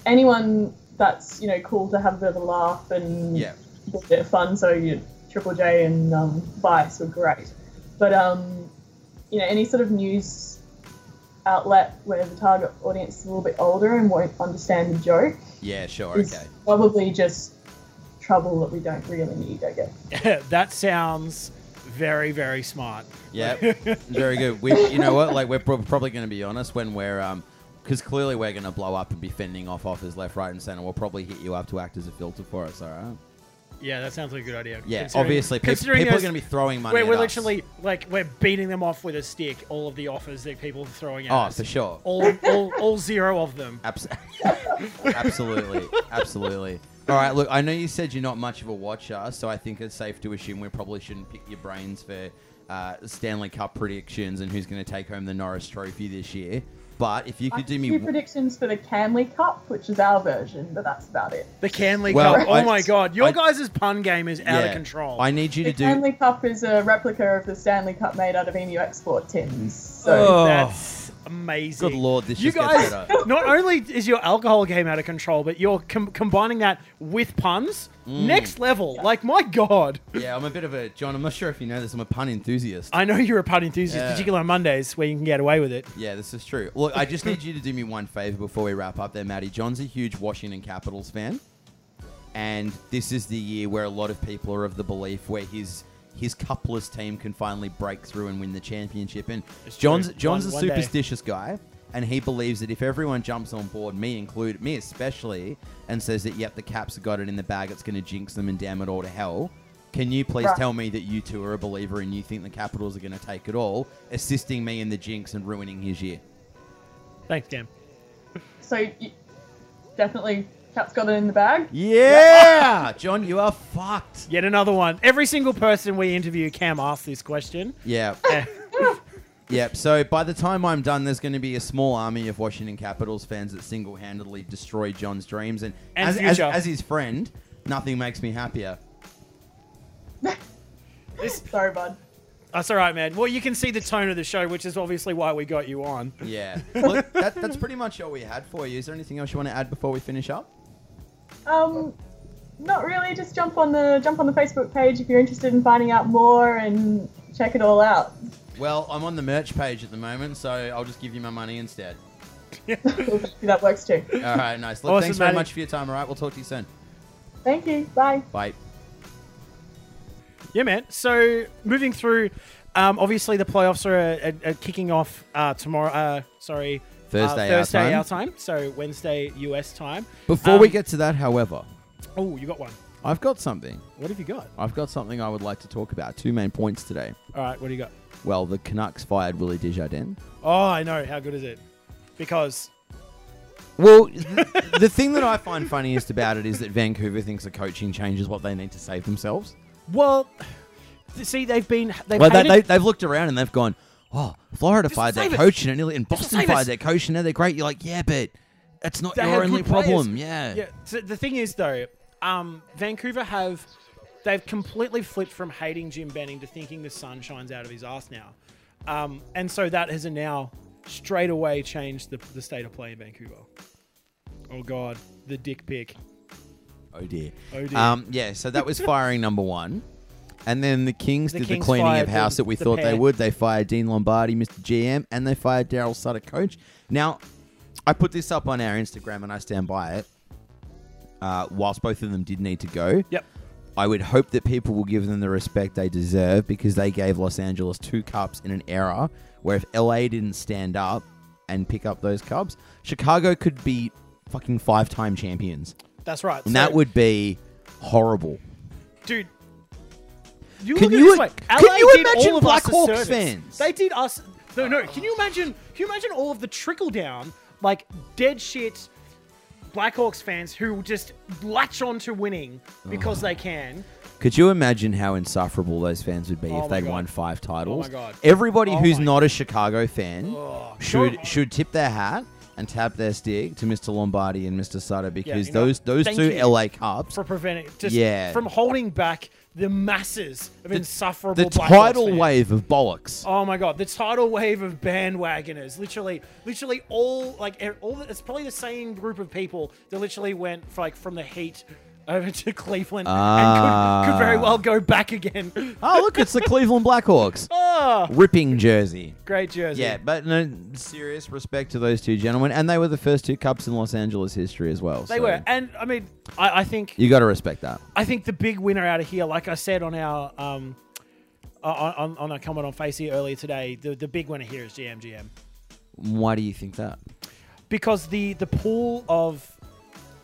C: anyone that's you know cool to have a bit of a laugh and
B: Yeah.
C: a bit of fun. So you, Triple J and um, Vice were great, but um, you know any sort of news outlet where the target audience is a little bit older and won't understand the joke
B: Yeah, sure.
C: is
B: Okay.
C: probably just trouble that we don't really need, I guess.
A: that sounds very, very smart.
B: Yep. Very good. We, you know what? Like, we're prob- probably going to be honest when we're, um, because clearly we're going to blow up and be fending off offers left, right, and center. We'll probably hit you up to act as a filter for us. All right.
A: Yeah, that sounds like a good idea.
B: Yeah.
A: Considering-
B: obviously, peop- people
A: considering
B: are
A: those-
B: going to be throwing money.
A: We're,
B: at
A: we're
B: us.
A: literally like we're beating them off with a stick. All of the offers that people are throwing at
B: Oh,
A: us.
B: for sure.
A: All, all, all zero of them.
B: Abs- absolutely, absolutely. All right, look, I know you said you're not much of a watcher, so I think it's safe to assume we probably shouldn't pick your brains for uh, Stanley Cup predictions and who's going to take home the Norris Trophy this year. But if you
C: I
B: could do
C: have
B: me,
C: two predictions for the Canley Cup, which is our version, but that's about it.
A: The Canley
B: Well,
A: Cup. Oh
B: I-
A: my god, your
B: I-
A: guys' pun game is out
B: Yeah.
A: of control.
B: I need you
C: The
B: to do.
C: Canley Cup is a replica of the Stanley Cup made out of Emu export tins. So
B: Oh,
A: That's amazing.
B: good lord, this
A: you
B: just
A: guys,
B: gets better.
A: not only is your alcohol game out of control, but you're com- combining that with puns.
B: Mm.
A: Next level. Like, my God.
B: Yeah, I'm a bit of a John. I'm not sure if you know this. I'm a pun enthusiast.
A: I know you're a pun enthusiast,
B: Yeah.
A: particularly on Mondays where you can get away with it.
B: Yeah, this is true. Look, I just need you to do me one favor before we wrap up there, Maddie. John's a huge Washington Capitals fan. And this is the year where a lot of people are of the belief where his his cupless team can finally break through and win the championship. And
A: It's
B: John's
A: true.
B: John's
A: One-
B: a
A: one day.
B: superstitious guy, and he believes that if everyone jumps on board, me included, me especially, and says that yep, the Caps have got it in the bag, it's going to jinx them and damn it all to hell. Can you please
C: Right.
B: tell me that you two are a believer and you think the Capitals are going to take it all, assisting me in the jinx and ruining his year?
A: Thanks, Dan.
C: so you, definitely Cap's got it in the bag.
B: Yeah, John, you are fucked.
A: Yet another one. Every single person we interview, Cam, asks this question.
B: Yeah.
A: Eh,
B: Yep. So by the time I'm done, there's going to be a small army of Washington Capitals fans that single-handedly destroy John's dreams, and,
A: And
B: as, as,
A: future.
B: as his friend, nothing makes me happier.
C: Sorry, bud.
A: That's all right, man. Well, you can see the tone of the show, which is obviously why we got you on.
B: Yeah. Look, that, that's pretty much all we had for you. Is there anything else you want to add before we finish up?
C: Um, not really. Just jump on the jump on the Facebook page if you're interested in finding out more and check it all out.
B: Well, I'm on the merch page at the moment, so I'll just give you my money instead.
C: that works too.
B: All right, nice. Look,
A: Awesome,
B: thanks very
A: Matty.
B: much for your time. All right, we'll talk to you soon.
C: Thank you. Bye.
B: Bye.
A: Yeah, man. So moving through, um, obviously the playoffs are, uh uh kicking off uh, tomorrow. Uh, sorry,
B: Thursday
A: uh,
B: our
A: Thursday
B: time.
A: our time. So Wednesday US time.
B: Before
A: Um,
B: we get to that, however,
A: Oh, you got one.
B: I've got something.
A: What have you got?
B: I've got something I would like to talk about. Two main points today.
A: All right, what do you got?
B: Well, the Canucks fired Willie Desjardins.
A: Oh, I know. How good is it? Because
B: Well, th- the thing that I find funniest about it is that Vancouver thinks a coaching change is what they need to save themselves.
A: well, see, they've been they've
B: Like they,
A: hated-
B: they, they've looked around and they've gone, oh, Florida fired their
A: save us.
B: coach and, it nearly, and
A: Just
B: Boston
A: save
B: fired
A: us.
B: their coach and now they're great. You're like, yeah, but that's not
A: They
B: your
A: have
B: only
A: good players.
B: problem. Yeah.
A: Yeah. So the thing is, though, um, Vancouver have they've completely flipped from hating Jim Benning to thinking the sun shines out of his ass now, um, and so that has now straight away changed the, the state of play in Vancouver. Oh God, the dick pic.
B: Oh dear.
A: Oh, dear.
B: Um, yeah. So that was firing number one, and then the Kings
A: The
B: did
A: Kings
B: the cleaning
A: fired
B: of house
A: the-
B: that we
A: the
B: thought
A: pair.
B: they would. They fired Dean Lombardi, Mr. GM, and they fired Daryl Sutter, coach. Now, I put this up on our Instagram, and I stand by it. Uh, whilst both of them did need to go,
A: Yep.
B: I would hope that people will give them the respect they deserve because they gave Los Angeles two cups in an era where if LA didn't stand up and pick up those cups, Chicago could be fucking five-time champions.
A: That's right.
B: And
A: So,
B: that would be horrible.
A: dude. You
B: Can
A: look at
B: you-
A: it this way.
B: can
A: LA
B: you
A: did
B: imagine
A: all of us a
B: Blackhawks
A: service.
B: fans?
A: They did us. No, no. Can you imagine? Can you imagine all of the trickle down, like dead shit, Blackhawks fans who just latch on to winning because they can.
B: Could you imagine how insufferable those fans would be
A: Oh
B: if
A: my
B: they'd
A: God.
B: won five titles?
A: Oh my God.
B: Everybody
A: Oh
B: who's
A: my-
B: not a Chicago fan should
A: Go-
B: should tip their hat and tap their stick to Mr. Lombardi and Mr. Sutter because
A: you know,
B: those those
A: thank
B: two
A: you.
B: LA Cups,
A: for preventing just
B: Yeah.
A: from holding back the masses of insufferable
B: the
A: Blackhawks
B: tidal
A: fans.
B: wave of bollocks.
A: Oh my god, the tidal wave of bandwagoners. Literally, literally all like e- all. the- It's probably the same group of people that literally went like from the heat over to Cleveland
B: Ah.
A: and could, could very well go back again.
B: Oh, look, it's the Cleveland Blackhawks.
A: oh,
B: Ripping jersey.
A: great jersey.
B: Yeah, but no serious respect to those two gentlemen, and they were the first two cups in Los Angeles history as well.
A: They
B: so
A: were, and I mean, I, I think
B: You got to respect that.
A: I think the big winner out of here, like I said on our um, on, on, on our comment on Facey earlier today, the, the big winner here is GMGM
B: Why do you think that?
A: because the the pool of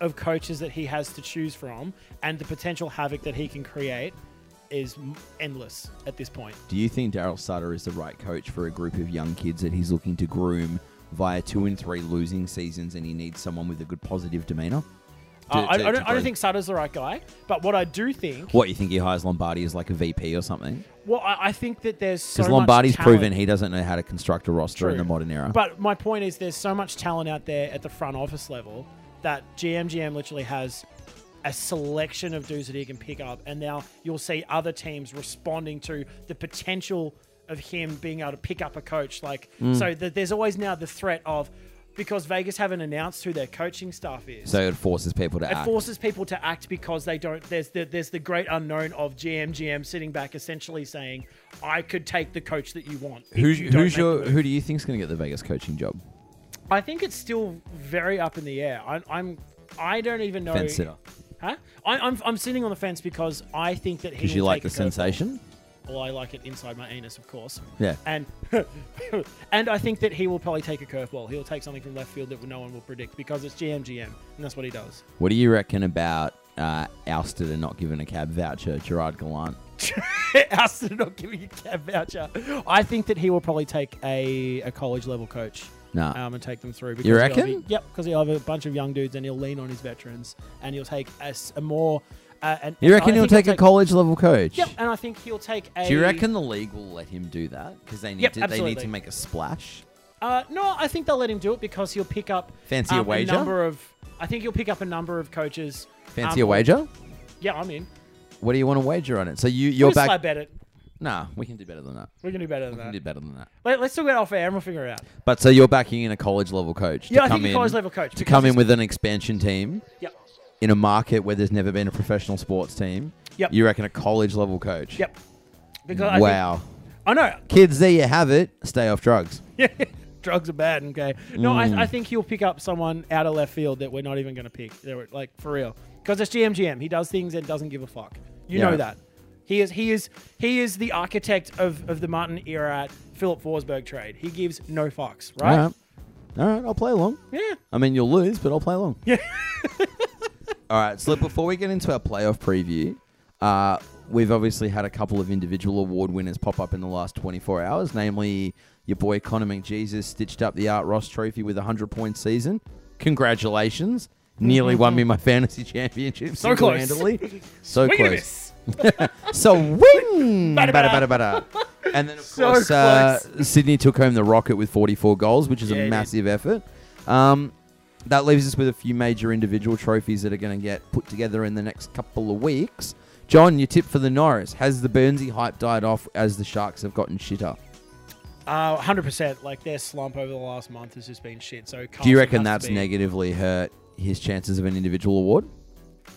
A: of coaches that he has to choose from and the potential havoc that he can create is m- endless at this point.
B: Do you think Daryl Sutter is the right coach for a group of young kids that he's looking to groom via two and three losing seasons, and he needs someone with a good positive demeanor?
A: Uh,
B: To-
A: I,
B: to-
A: I
B: to
A: don't, I
B: grow-
A: don't think Sutter's the right guy, but what I do think,
B: What you think he hires Lombardi as like a VP or something?
A: well, I, I think that there's so
B: Because
A: much
B: Lombardi's
A: talent.
B: proven he doesn't know how to construct a roster in
A: True.
B: the modern era.
A: But my point is, there's so much talent out there at the front office level that GMGM literally has a selection of dudes that he can pick up, and now you'll see other teams responding to the potential of him being able to pick up a coach. Like,
B: Mm.
A: so that there's always now the threat of because Vegas haven't announced who their coaching staff is.
B: so it forces people to
A: it
B: act.
A: forces people to act because they don't. There's the there's the great unknown of GM GM sitting back, essentially saying, "I could take the coach that you want." if
B: Who's,
A: you don't
B: who's
A: make the
B: your?
A: move."
B: Who do you think's going to get the Vegas coaching job?
A: I think it's still very up in the air. I, I'm, I don't even know.
B: Fence sitter.
A: Huh? I, I'm, I'm sitting on the fence because I think that he.
B: Because you
A: will
B: like the
A: take a curveball.
B: sensation.
A: Well, I like it inside my anus, of course.
B: Yeah.
A: And, and I think that he will probably take a curveball. He'll take something from left field that no one will predict because it's GM GM, and that's what he does.
B: What do you reckon about uh, ousted and not given a cab voucher, Gerard Gallant?
A: Aston not giving you a cab voucher. I think that he will probably take a, a college level coach.
B: Nah.
A: Um, and take them through. Because
B: You
A: he'll have-
B: reckon?
A: yep, because he'll have a bunch of young dudes and he'll lean on his veterans and he'll take a, s- a more. Uh, an,
B: You reckon
A: I
B: he'll
A: think he'll
B: take a college level coach?
A: Yep, and I think he'll take a.
B: Do you reckon the league will let him do that? Because they need
A: Yep,
B: to. They need
A: absolutely.
B: to make a splash.
A: Uh, no, I think they'll let him do it because he'll pick up
B: Fancy a
A: um,
B: wager?
A: number of. I think he'll pick up a number of coaches.
B: Fancy
A: um,
B: a wager?
A: Yeah, I'm in.
B: What do you want to wager on it? So you you're
A: we
B: back.
A: slab at it.
B: Nah, we can do better than that.
A: We're gonna do better than
B: We can
A: that.
B: do better than that.
A: Let, us do it off air and we'll figure it out.
B: But so you're backing in a college level coach. To
A: Yeah, I
B: come
A: think a
B: in,
A: college level coach
B: to
A: because
B: come in
A: it's-
B: with an expansion team
A: Yep.
B: in a market where there's never been a professional sports team.
A: Yep.
B: You reckon a college level coach?
A: Yep. Because I think-
B: Wow.
A: I know.
B: Kids, there you have it. Stay off drugs.
A: drugs are bad. Okay, no, I, I
B: Mm.
A: think he'll pick up someone out of left field that we're not even going to pick. That we're, like for real, because it's GM GM. He does things and doesn't give a fuck. You
B: Yeah.
A: know that. He is he is he is the architect of, of the Martin era at Philip Forsberg trade. He gives no fucks, right?
B: All right. All right, I'll play along.
A: Yeah.
B: I mean, you'll lose, but I'll play along. Yeah. All right, so before we get into our playoff preview, uh, we've obviously had a couple of individual award winners pop up in the last 24 hours, namely your boy Connor McJesus stitched up the Art Ross trophy with a 100 point season. Congratulations. Nearly won me my fantasy championship
A: So close.
B: single-handedly. So
A: Swing and a
B: close.
A: miss.
B: So win,
A: Bada,
B: Bada,
A: bada.
B: bada, bada. And then of
A: So
B: course, uh, Sydney took home the rocket with 44 goals, which is
A: Yeah, he
B: a
A: did.
B: massive effort. Um, that leaves us with a few major individual trophies that are going to get put together in the next couple of weeks. John, your tip for the Norris: Has the Burnsy hype died off as the Sharks have gotten shitter?
A: Uh, hundred percent. Like their slump over the last month has just been shit. So
B: Do you
A: Carlton has to
B: reckon that's
A: Oh, be-
B: negatively hurt his chances of an individual award?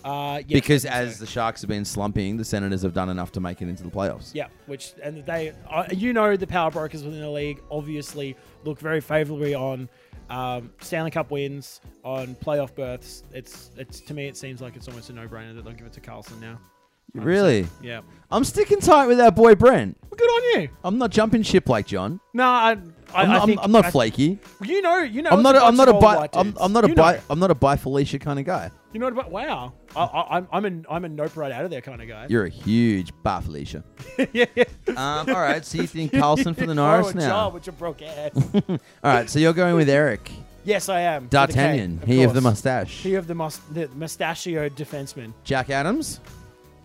A: Uh, yes,
B: because
A: I think
B: as
A: so.
B: the Sharks have been slumping, the Senators have done enough to make it into the playoffs.
A: Yeah, which and they, uh, you know, the power brokers within the league obviously look very favourably on um, Stanley Cup wins, on playoff berths. It's it's to me, it seems like it's almost a no-brainer that they'll give it to Carlson now.
B: Really?
A: Yeah,
B: I'm sticking tight with our boy Brent.
A: well, good on you.
B: I'm not jumping ship like John.
A: No, I, I,
B: I'm,
A: I
B: not, I'm-
A: think
B: I'm, not
A: I-
B: flaky.
A: You know, you know,
B: I'm
A: it's
B: not. A,
A: bunch
B: I'm not a
A: of old
B: bi.
A: white
B: I'm,
A: dudes.
B: I'm not a
A: You know.
B: bi. I'm not a bi Felicia kind of guy.
A: You know what? Wow, I, I, I'm I'm a I'm a nope right out of there kind of guy.
B: You're a huge bi Felicia.
A: yeah, yeah.
B: Um, all right. So you think Carlson for the
A: oh,
B: Norris
A: a job
B: now?
A: with your broke ass.
B: All right. So you're going with Eric
A: yes, I am. With the K,
B: D'Artagnan. he of the
A: course.
B: mustache.
A: He of the, must, the mustachioed defenseman.
B: Jack Adams.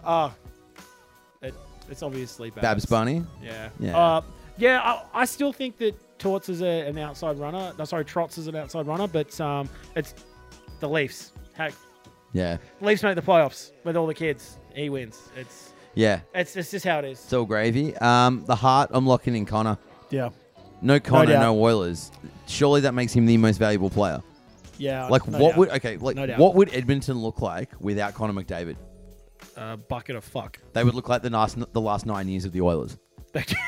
A: Ah, it, it's obviously Babs.
B: Babs Bunny.
A: Yeah.
B: Yeah.
A: Uh, yeah. I, I still think that Torts is a, an outside runner. No, sorry, Trots is an outside runner, but um, it's the Leafs. Heck,
B: Yeah.
A: Leafs make the playoffs with all the kids. He wins. It's
B: Yeah.
A: it's, it's just how it is.
B: It's all gravy. Um, the heart. I'm locking in Connor.
A: yeah.
B: No Connor.
A: doubt.
B: No, Oilers. Surely that makes him the most valuable player.
A: Yeah.
B: Like
A: Uh, no
B: what
A: doubt.
B: would okay? Like
A: No doubt.
B: what would Edmonton look like without Connor McDavid?
A: a Uh, bucket of fuck?
B: They would look like the last the last nine years of the Oilers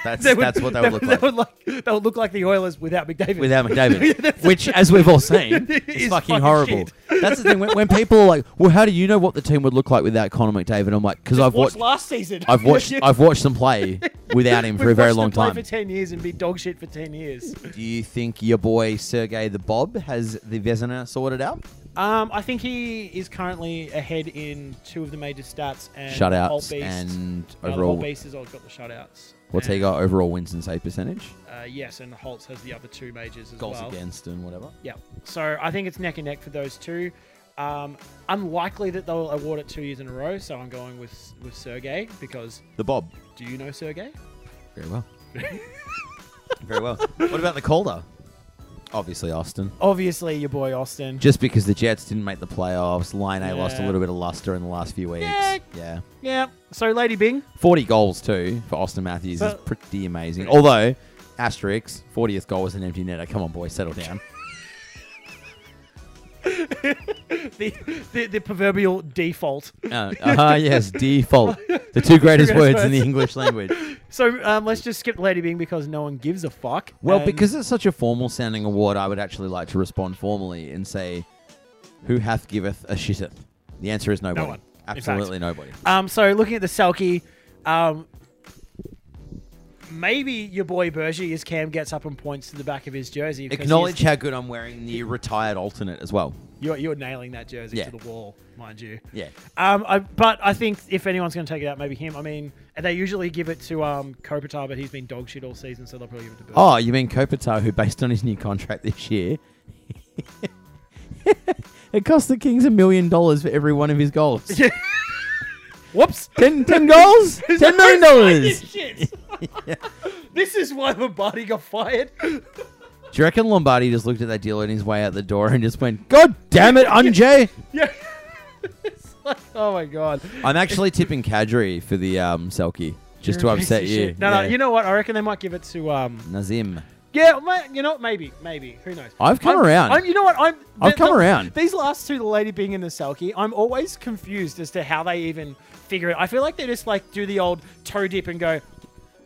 A: that's
B: that's what they would look like.
A: They would, like, they would look like the Oilers without McDavid.
B: without McDavid, which, as we've all seen, is,
A: Is
B: fucking,
A: fucking
B: horrible. That's the thing when, when people are like, "Well, how do you know what the team would look like without Connor McDavid?" I'm like, "Because I've
A: watched
B: watched,
A: last season.
B: I've watched, I've watched them play without him
A: We've
B: for a very
A: watched them
B: long
A: play
B: time."
A: for ten years and be dog shit for ten years.
B: Do you think your boy Sergey the Bob has the Vezina sorted out?
A: Um, I think he is currently ahead in two of the major stats and Alt
B: Shutouts
A: Beast.
B: and
A: uh, the Holt
B: overall,
A: Beast has all got the shutouts.
B: what's he
A: And,
B: got? Overall wins and save percentage,
A: Uh, yes, and Holtz has the other two majors as
B: goals
A: well.
B: against, and whatever.
A: Yeah. So I think it's neck and neck for those two. Um, unlikely that they'll award it two years in a row, so I'm going with with Sergey because
B: The Bob,
A: do you know Sergey?
B: very well, very well. What about the Calder? Obviously, Austin.
A: Obviously, your boy Austin.
B: Just because the Jets didn't make the playoffs, Line A lost a
A: Yeah.
B: little bit of luster in the last few weeks.
A: Yeah.
B: Yeah.
A: Yeah. So Lady Bing.
B: 40 goals, too, for Austin Matthews is
A: But-
B: pretty amazing. Although, asterisk, 40th goal was an empty netter. Come on, boys, settle down.
A: the, the the proverbial default.
B: uh, uh, yes, default. The two greatest
A: Greatest
B: words in the
A: words.
B: English language.
A: So um, let's just skip Lady Bing because no one gives a fuck.
B: Well,
A: And
B: because it's such a formal sounding award, I would actually like to respond formally and say, Who hath giveth a shitteth? The answer is nobody.
A: one. In fact.
B: Absolutely nobody.
A: um, so looking at the Selkie, um, maybe your boy Bergie as Cam gets up and points to the back of his jersey. because he is-
B: Acknowledge how good I'm wearing the retired alternate as well.
A: you're you're nailing that jersey
B: Yeah.
A: to the wall, mind you.
B: Yeah.
A: Um, I, but I think if anyone's going to take it out, maybe him. I mean, and they usually give it to um Kopitar, but he's been dog shit all season, so they'll probably give it to Bergie.
B: Oh, you mean Kopitar, who, based on his new contract this year, it cost the Kings a million dollars for every one of his goals.
A: Whoops.
B: ten, ten goals, Oh. ten million dollars. Do
A: Shit. This is why Lombardi got fired.
B: you reckon Lombardi just looked at that deal on his way out the door and just went, "God damn it, Unjay"?
A: yeah. It's like, oh my god.
B: I'm actually tipping Kadri for the um, Selkie just to
A: You're a
B: upset
A: piece of
B: you.
A: shit. No,
B: Yeah.
A: no. You know what? I reckon they might give it to um.
B: Nazim.
A: Yeah, ma- you know, what? maybe, maybe. Who knows?
B: I've come
A: I'm-
B: around.
A: I'm, you know what? I'm.
B: I've
A: the-
B: come
A: the-
B: around.
A: These last two, the lady being in the selkie, I'm always confused as to how they even figure it. I feel like they just like do the old toe dip and go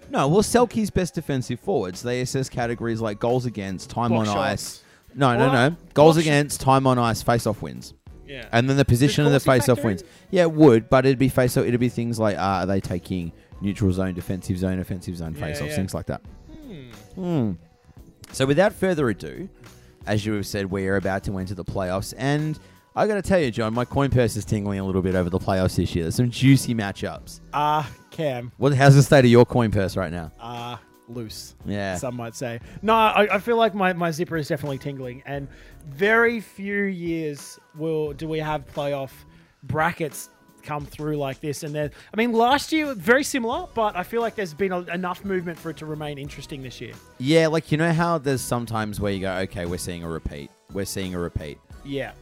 B: No, well, Selkie's best defensive forwards. They assess categories like goals against, time
A: Block
B: on
A: shots.
B: ice. No, no,
A: Well,
B: no. Goals
A: block sh-
B: against, time on ice, face-off wins.
A: yeah.
B: And then the position of the
A: Does Corsi
B: face-off
A: factor
B: wins.
A: in?
B: Yeah, it would, but it'd be face-off. It'd be things like uh, are they taking neutral zone, defensive zone, offensive zone,
A: Yeah,
B: face-offs,
A: yeah.
B: things like that. Hmm. So without further ado, as you have said, we are about to enter the playoffs, and I got to tell you, John, my coin purse is tingling a little bit over the playoffs this year. There's some juicy matchups.
A: ah Cam
B: What? How's the state of your coin purse right now?
A: ah loose.
B: Yeah.
A: some might say. No, I, I feel like my, my zipper is definitely tingling, and very few years will do we have playoff brackets come through like this. And then, I mean, last year very similar, but I feel like there's been a, enough movement for it to remain interesting this year.
B: Yeah, like you know how there's sometimes where you go, okay, we're seeing a repeat. We're seeing a repeat.
A: Yeah,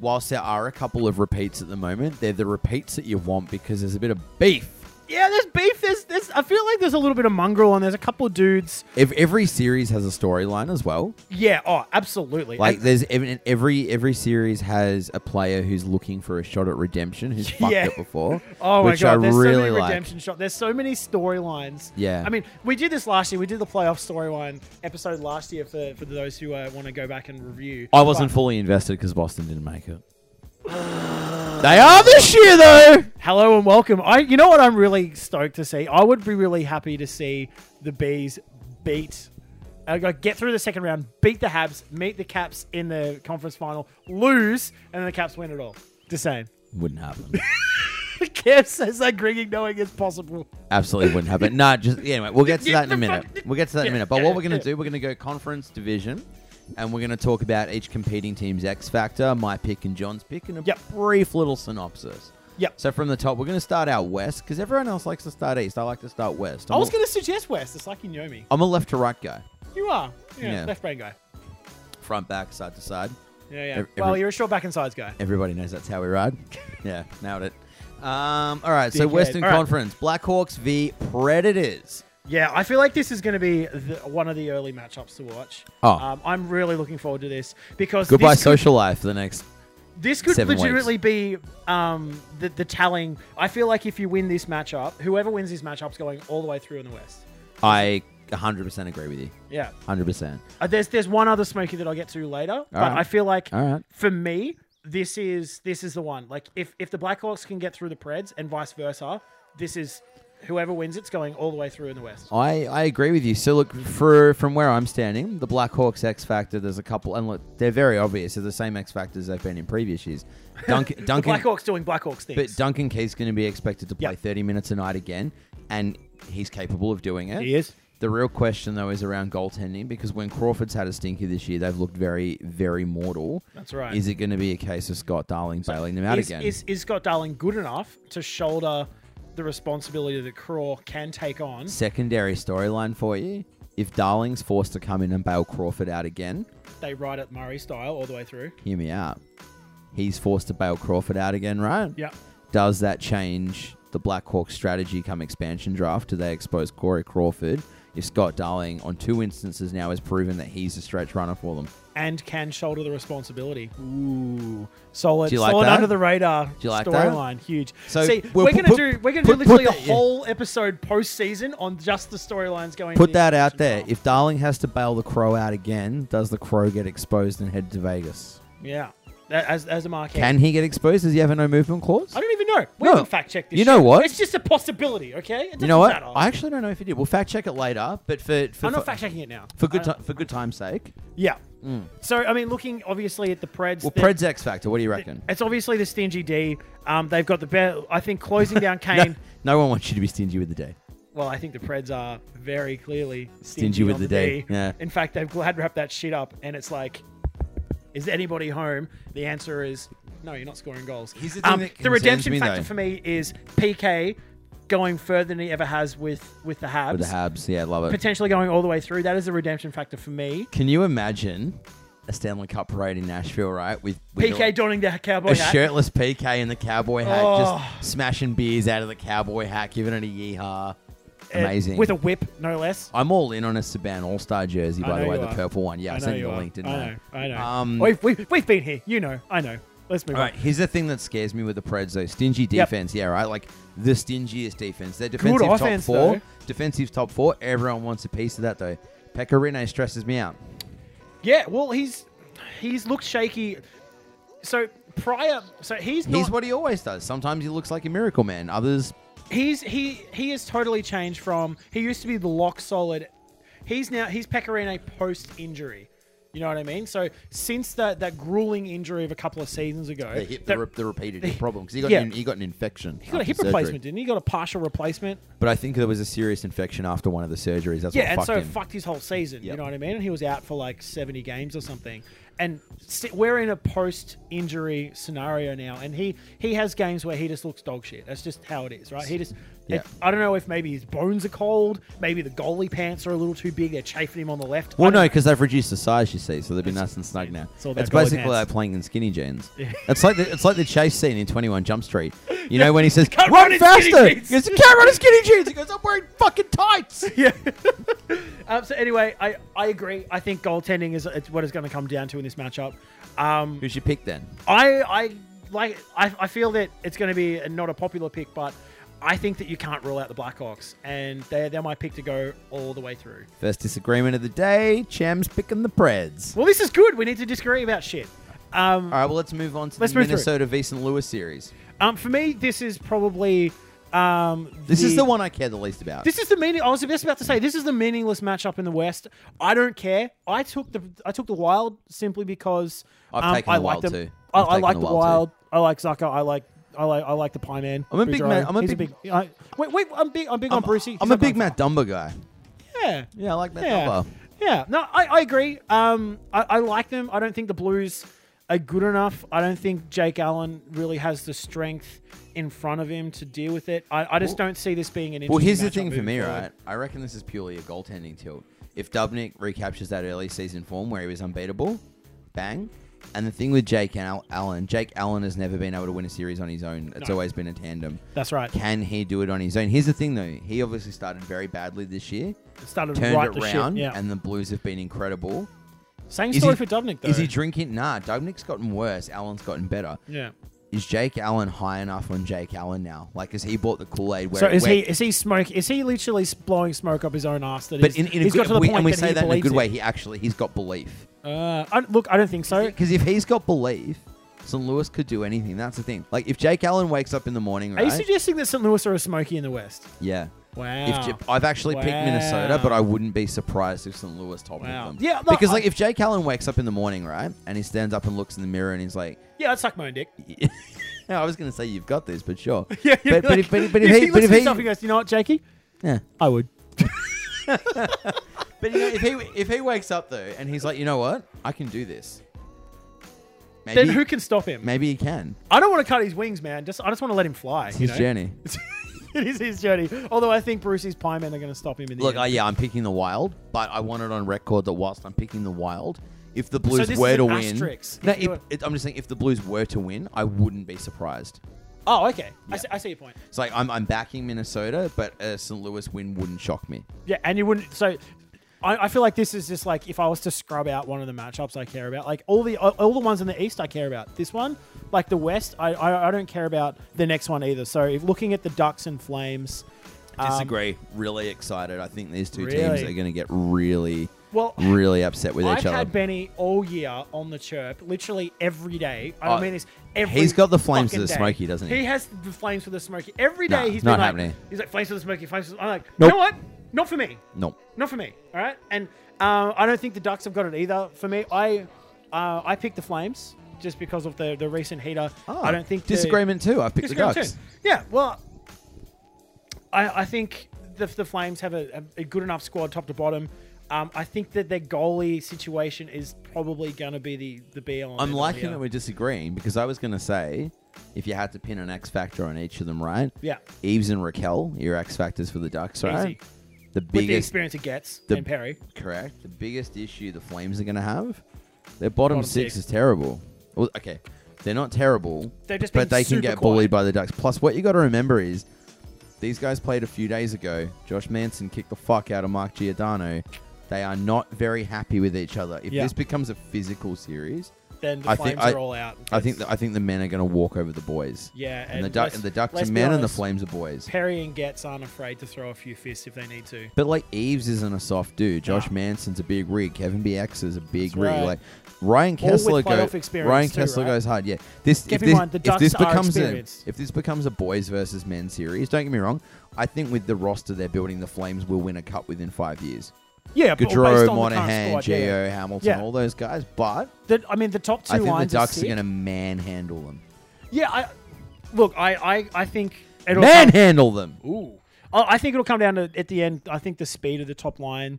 B: Whilst there are a couple of repeats at the moment, they're the repeats that you want because there's a bit of beef.
A: yeah. There's beef. There's there's. I feel like there's a little bit of mongrel, and there's a couple of dudes.
B: If every series has a storyline as well,
A: Yeah. Oh, absolutely.
B: like
A: And-
B: there's ev- every every series has a player who's looking for a shot at redemption who's fucked
A: Yeah.
B: it before.
A: Oh my
B: which
A: god,
B: I
A: there's
B: really
A: so many
B: like.
A: redemption shots. There's so many storylines.
B: Yeah.
A: I mean, we did this last year. We did the playoff storyline episode last year for, for those who uh, want to go back and review.
B: I wasn't
A: But-
B: fully invested because Boston didn't make it. they are this year though.
A: Hello and welcome. I you know what I'm really stoked to see? I would be really happy to see the Bees beat uh, go- get through the second round, beat the Habs, meet the Caps in the conference final, lose, and then the Caps win it all. Just saying.
B: Wouldn't happen.
A: The Caps says like grinning knowing it's possible.
B: Absolutely wouldn't happen. nah, just yeah, anyway, we'll get to
A: Yeah,
B: that in
A: the
B: a minute.
A: fuck-
B: We'll get to that in a
A: yeah,
B: minute. But
A: yeah,
B: what we're gonna
A: yeah.
B: do, we're gonna go conference division, and we're gonna talk about each competing team's X factor, my pick and John's pick, and a
A: Yep.
B: brief little synopsis.
A: Yep.
B: So from the top, we're gonna start out west because everyone else likes to start east. I like to start west.
A: I was
B: a-
A: gonna suggest West, it's like you know me.
B: I'm a left to right guy,
A: You are. Yeah,
B: Yeah.
A: left brain guy.
B: front back, side to side.
A: Yeah, yeah.
B: Every-
A: well,
B: every-
A: you're a short back and sides guy.
B: Everybody knows that's how we ride. yeah, nailed it. Um, all right, so
A: Dickhead.
B: Western
A: All right.
B: Conference, Blackhawks v Predators.
A: Yeah, I feel like this is going to be the, one of the early matchups to watch.
B: Oh.
A: Um, I'm really looking forward to this because
B: Goodbye,
A: this could,
B: social life for the next.
A: this could
B: seven
A: legitimately be um, the, the telling. I feel like if you win this matchup, whoever wins this matchup's going all the way through in the West.
B: I 100% agree with you.
A: Yeah.
B: 100%.
A: Uh, there's there's one other Smoky that I'll get to later, but
B: right.
A: I feel like
B: All right.
A: for me, this is this is the one. Like if if the Blackhawks can get through the Preds and vice versa, this is whoever wins it's going all the way through in the West.
B: I, I agree with you. So look, for from where I'm standing, the Blackhawks X factor. There's a couple, and look, they're very obvious. They're the same X factors they've been in previous years. Duncan,
A: The
B: Duncan,
A: Blackhawks doing Blackhawks
B: but
A: things.
B: Duncan Key's going to be expected to play
A: Yep.
B: 30 minutes a night again, and he's capable of doing it.
A: He is.
B: The real question though is around goaltending because when Crawford's had a stinker this year, they've looked very, very mortal.
A: That's right.
B: Is it going to be a case of Scott Darling bailing them out
A: is,
B: again?
A: is is Scott Darling good enough to shoulder the responsibility that Craw can take on?
B: Secondary storyline for you: if Darling's forced to come in and bail Crawford out again,
A: They ride it Murray style all the way through.
B: hear me out. He's forced to bail Crawford out again, right?
A: Yeah.
B: Does that change the Blackhawks' strategy come expansion draft? Do they expose Corey Crawford? If Scott Darling, on two instances now, has proven that he's a stretch runner for them,
A: And can shoulder the responsibility. Ooh, solid,
B: Do you like
A: solid
B: that?
A: under the radar
B: you like that?
A: storyline, huge.
B: So
A: See,
B: we'll
A: we're
B: put-
A: gonna
B: put-
A: do we're gonna do
B: put- put
A: literally
B: that-
A: a whole episode post season on just the storylines going.
B: put
A: in the
B: that out there.
A: expansion
B: If Darling has to bail the Crow out again, does the Crow get exposed and head to Vegas?
A: draft. yeah, that, as as a market.
B: Can he get exposed? Does he have a no movement clause?
A: I don't even know. We
B: No.
A: haven't fact checked this.
B: You know
A: shit.
B: what?
A: It's just a possibility. Okay. It
B: You
A: doesn't
B: know what?
A: matter.
B: I actually don't know if he did. We'll fact check it later. But for for,
A: I'm not
B: for-
A: fact checking it now.
B: for good
A: I-
B: ti- for good time's sake,
A: Yeah. So I mean, looking obviously at the Preds.
B: Mm. well,
A: they're-
B: Pred's X factor. What do you reckon?
A: It's obviously the stingy D. Um, they've got the best. I think closing down Kane.
B: No, no one wants you to be stingy with the day.
A: Well, I think the Preds are very clearly stingy,
B: Stingy with
A: on
B: the
A: D.
B: D, yeah.
A: In fact, they've glad wrapped that shit up, and it's like, is anybody home? The answer is no. You're not scoring goals. Um,
B: Here's the thing that
A: the redemption
B: concerns me,
A: factor
B: though.
A: for me is PK going further than he ever has with with the Habs.
B: With the Habs, yeah, love it.
A: Potentially going all the way through. That is the redemption factor for me.
B: Can you imagine a Stanley Cup parade in Nashville, right? With, with
A: PK donning the cowboy
B: a
A: hat.
B: shirtless PK in the cowboy hat,
A: Oh.
B: just smashing beers out of the cowboy hat, giving it a yeehaw.
A: and-
B: Amazing.
A: Eh, With a whip, no less.
B: I'm all in on a Saban All Star jersey,
A: I
B: by the
A: know
B: way,
A: you
B: the
A: are.
B: purple one. Yeah, I,
A: know
B: sent you
A: you
B: the
A: are.
B: link, didn't
A: I know. I know.
B: Um,
A: we've, we've, we've been here. You know. I know. Let's move
B: All right,
A: on.
B: here's the thing that scares me with the Preds, though. Stingy
A: Yep.
B: defense, yeah, right? Like the stingiest defense. They're defensive
A: offense,
B: top four.
A: though.
B: Defensive top four. Everyone wants a piece of that, though. Pecorino stresses me out.
A: Yeah. Well, he's he's looked shaky. So prior, so he's not,
B: He's what he always does. Sometimes he looks like a miracle man. Others,
A: he's he he has totally changed from he used to be the lock solid. He's now he's Pecorino post injury. You know what I mean? So since that that grueling injury of a couple of seasons ago,
B: they hit
A: that-
B: the, re- the repeated hip problem because he got
A: Yeah.
B: an, he got an infection.
A: he got a hip replacement, didn't he? He got a partial replacement.
B: But I think there was a serious infection after one of the surgeries. That's
A: Yeah,
B: what
A: and
B: fucked
A: so
B: him.
A: fucked his whole season. You
B: Yep.
A: know what I mean? And he was out for like 70 games or something. And si- we're in a post-injury scenario now, and he he has games where he just looks dog shit. That's just how it is, right? He just.
B: Yeah.
A: it- I don't know if maybe his bones are cold, maybe the goalie pants are a little too big. They're chafing him on the left. I
B: Well,
A: don't
B: no,
A: know.
B: because they've reduced the size, you see, so they'll be nice and snug now.
A: it's all about
B: It's
A: goalie
B: basically
A: pants.
B: like playing in skinny jeans. it's like the, it's like the chase scene in Twenty One Jump Street. You know when he says, "Run,
A: Can't run in skinny
B: faster!" He
A: jeans.
B: goes, "You "Can't run in skinny jeans." He goes, "I'm wearing fucking tights."
A: yeah. um, so anyway, I, I agree. I think goaltending is it's what it's going to come down to in this matchup. Um,
B: Who's your pick then?
A: I I like I, I feel that it's going to be a, not a popular pick, but I think that you can't rule out the Blackhawks, and they're they're my pick to go all the way through.
B: First disagreement of the day. Cham's picking the Preds.
A: Well, this is good. We need to disagree about shit. Um,
B: All right, well, let's move on to
A: Let's
B: the
A: move through.
B: Minnesota v St. Louis series.
A: um, for me, this is probably um.
B: This is the one I care the least about.
A: This is the meaning. I was just about to say this is the meaningless matchup in the West. I don't care. I took the I took the Wild simply because
B: I've
A: um,
B: taken
A: I
B: the
A: like
B: Wild
A: them.
B: too.
A: I,
B: I've
A: I
B: taken
A: like
B: the
A: the
B: Wild too.
A: Wild. I like Zucker. I like I like I like the Pie Man.
B: I'm a big
A: Boudreau.
B: man- I'm a
A: He's
B: big-
A: I, wait, wait. I'm big. I'm big on Brucey. He's
B: I'm a
A: not going
B: big Matt Dumba guy.
A: far. Yeah.
B: Yeah, I like Matt
A: Yeah.
B: Dumba.
A: Yeah. No, I, I agree. Um, I, I like them. I don't think the Blues are good enough. I don't think Jake Allen really has the strength in front of him to deal with it. I, I just don't see this being an interesting
B: Well, here's the
A: matchup
B: thing for
A: moving
B: me,
A: forward.
B: right? I reckon this is purely a goaltending tilt. If Dubnik recaptures that early season form where he was unbeatable, bang. And the thing with Jake and Al- Allen, Jake Allen has never been able to win a series on his own. It's
A: No.
B: always been a tandem.
A: That's right.
B: Can he do it on his own? Here's the thing, though. He obviously started very badly this year,
A: It started
B: turned
A: right
B: it
A: to
B: around,
A: shit. Yeah.
B: and the Blues have been incredible.
A: Same
B: is
A: story
B: he-
A: for Dubnik though.
B: Is he drinking? Nah, Dubnik's gotten worse. Allen's gotten better.
A: yeah.
B: Is Jake Allen high enough on Jake Allen now? Like, has he bought the Kool Aid?
A: So is he? Is he smoke? Is he literally s- blowing smoke up his own ass? That
B: But
A: he's,
B: in, in a
A: he's
B: good,
A: got to the
B: we,
A: point
B: and we
A: that
B: say
A: he
B: that in a
A: believes
B: good way.
A: it.
B: He actually he's got belief.
A: Uh, I, look, I don't think so.
B: Because if he's got belief, St. Louis could do anything. That's the thing. Like if Jake Allen wakes up in the morning,
A: Are
B: right?
A: you suggesting that St. Louis are a smoky in the West?
B: yeah.
A: Wow.
B: If J- I've actually picked Minnesota,
A: Wow.
B: but I wouldn't be surprised if St. Louis topped
A: Wow.
B: them.
A: Yeah, no,
B: because like
A: I-
B: if Jake Allen wakes up in the morning, right, and he stands up and looks in the mirror and he's like,
A: yeah, I'd suck my own dick.
B: "No, I was going to say you've got this, but sure."
A: Yeah,
B: but, but, if, but, if- but if
A: he,
B: he, but
A: looks
B: if
A: at
B: he,
A: himself and goes, you know what, Jakey,
B: yeah.
A: I would.
B: But you know, if he if he wakes up though and he's like, you know what, I can do this. Maybe,
A: then who can stop him?
B: maybe he can.
A: I don't want to cut his wings, man. Just I just want to let him fly.
B: It's
A: you
B: his
A: know?
B: journey.
A: it is his journey. Although I think Brucey's pie men are going to stop him in the
B: Look,
A: end.
B: I, yeah, I'm picking the Wild, but I want it on record that whilst I'm picking the Wild, if the
A: So
B: Blues
A: this
B: were
A: is
B: to
A: an
B: win,
A: asterisk.
B: no,
A: If you
B: it- it- I'm just saying if the Blues were to win, I wouldn't be surprised.
A: oh, okay. I, see, I see your point.
B: It's like I'm, I'm backing Minnesota, but a St. Louis win wouldn't shock me.
A: Yeah, and you wouldn't. So I, I feel like this is just like if I was to scrub out one of the matchups I care about, like all the all the ones in the East I care about. This one, like the West, I I, I don't care about the next one either. So if looking at the Ducks and Flames, um,
B: Disagree. really excited. I think these two teams
A: Really?
B: are going to get really,
A: Well,
B: really upset with
A: I've
B: each other.
A: had Benny all year on the chirp, literally every day. I
B: Oh,
A: mean, this every.
B: he's got the flames for
A: fucking
B: the
A: day.
B: smoky, doesn't he?
A: He has the flames for the smoky every
B: Nah,
A: day. he's
B: not
A: been like,
B: happening.
A: he's like flames for the smoky, flames. For the... I'm like,
B: Nope.
A: you know what? Not for me.
B: no.
A: Not for me. All right, and um, I don't think the Ducks have got it either. For me, I uh, I picked the Flames just because of the the recent heater.
B: Oh,
A: I don't think the-
B: disagreement too. I picked the
A: Disagree
B: Ducks.
A: too. Yeah, well, I, I think the, the Flames have a, a good enough squad top to bottom. Um, I think that their goalie situation is probably going to be the, the be all.
B: I'm liking that we're disagreeing because I was going to say if you had to pin an X factor on each of them, right?
A: Yeah.
B: Eves and Raquel, your X factors for the Ducks, right?
A: Easy.
B: The
A: With the
B: biggest,
A: experience it gets
B: the-
A: and Perry.
B: correct. The biggest issue the Flames are going to have, their bottom,
A: Bottom
B: six,
A: six.
B: is terrible. Well, okay, they're not terrible,
A: They've just been
B: but they can
A: super
B: get
A: quiet.
B: bullied by the Ducks. Plus, what you got to remember is these guys played a few days ago. Josh Manson kicked the fuck out of Mark Giordano. They are not very happy with each other. If
A: Yeah.
B: this becomes a physical series,
A: Then the
B: I
A: Flames
B: think I-
A: are all out.
B: I think the, I think the men are going to walk over the boys.
A: Yeah,
B: and, the
A: and
B: duck
A: let's-
B: and the ducks are
A: let's be
B: men and the
A: honest.
B: flames are boys.
A: Perry and Getz aren't afraid to throw a few fists if they need to.
B: But like Eves isn't a soft dude. Josh
A: Nah.
B: Manson's a big rig. Kevin BX is a big
A: That's
B: rig.
A: right.
B: Like Ryan
A: All with
B: Kessler
A: playoff
B: goes.
A: experience
B: Ryan
A: too,
B: Kessler
A: right?
B: goes hard. Yeah. This
A: Keep
B: if
A: in
B: this,
A: mind, the
B: if this
A: Ducks are
B: becomes a
A: experienced.
B: if this becomes a boys versus men series. Don't get me wrong. I think with the roster they're building, the Flames will win a cup within five years.
A: Yeah, but based
B: Gaudreau,
A: on the current
B: Monahan,
A: squad, yeah.
B: Geo, Hamilton,
A: Yeah.
B: all those guys. But
A: The- I mean, the top two
B: I think the
A: lines
B: Ducks are
A: sick.
B: going to manhandle them.
A: Yeah, I look, I I, I think it'll come-
B: Manhandle them.
A: Ooh. I I think it'll come down to at the end. I think the speed of the top line,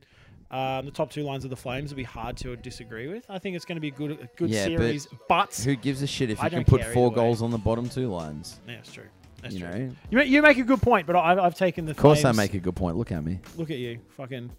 A: um, the top two lines of the Flames will be hard to disagree with. I think it's going to be a good, a good
B: Yeah, but
A: series. But,
B: Who gives a shit if
A: I
B: you can
A: don't
B: put
A: care
B: four
A: either way.
B: goals on the bottom two lines?
A: yeah, that's true. That's
B: You
A: true.
B: know.
A: You, ma- you make a good point, but I, I've taken the.
B: Of course,
A: Flames.
B: I make a good point. Look at me.
A: Look at you, fucking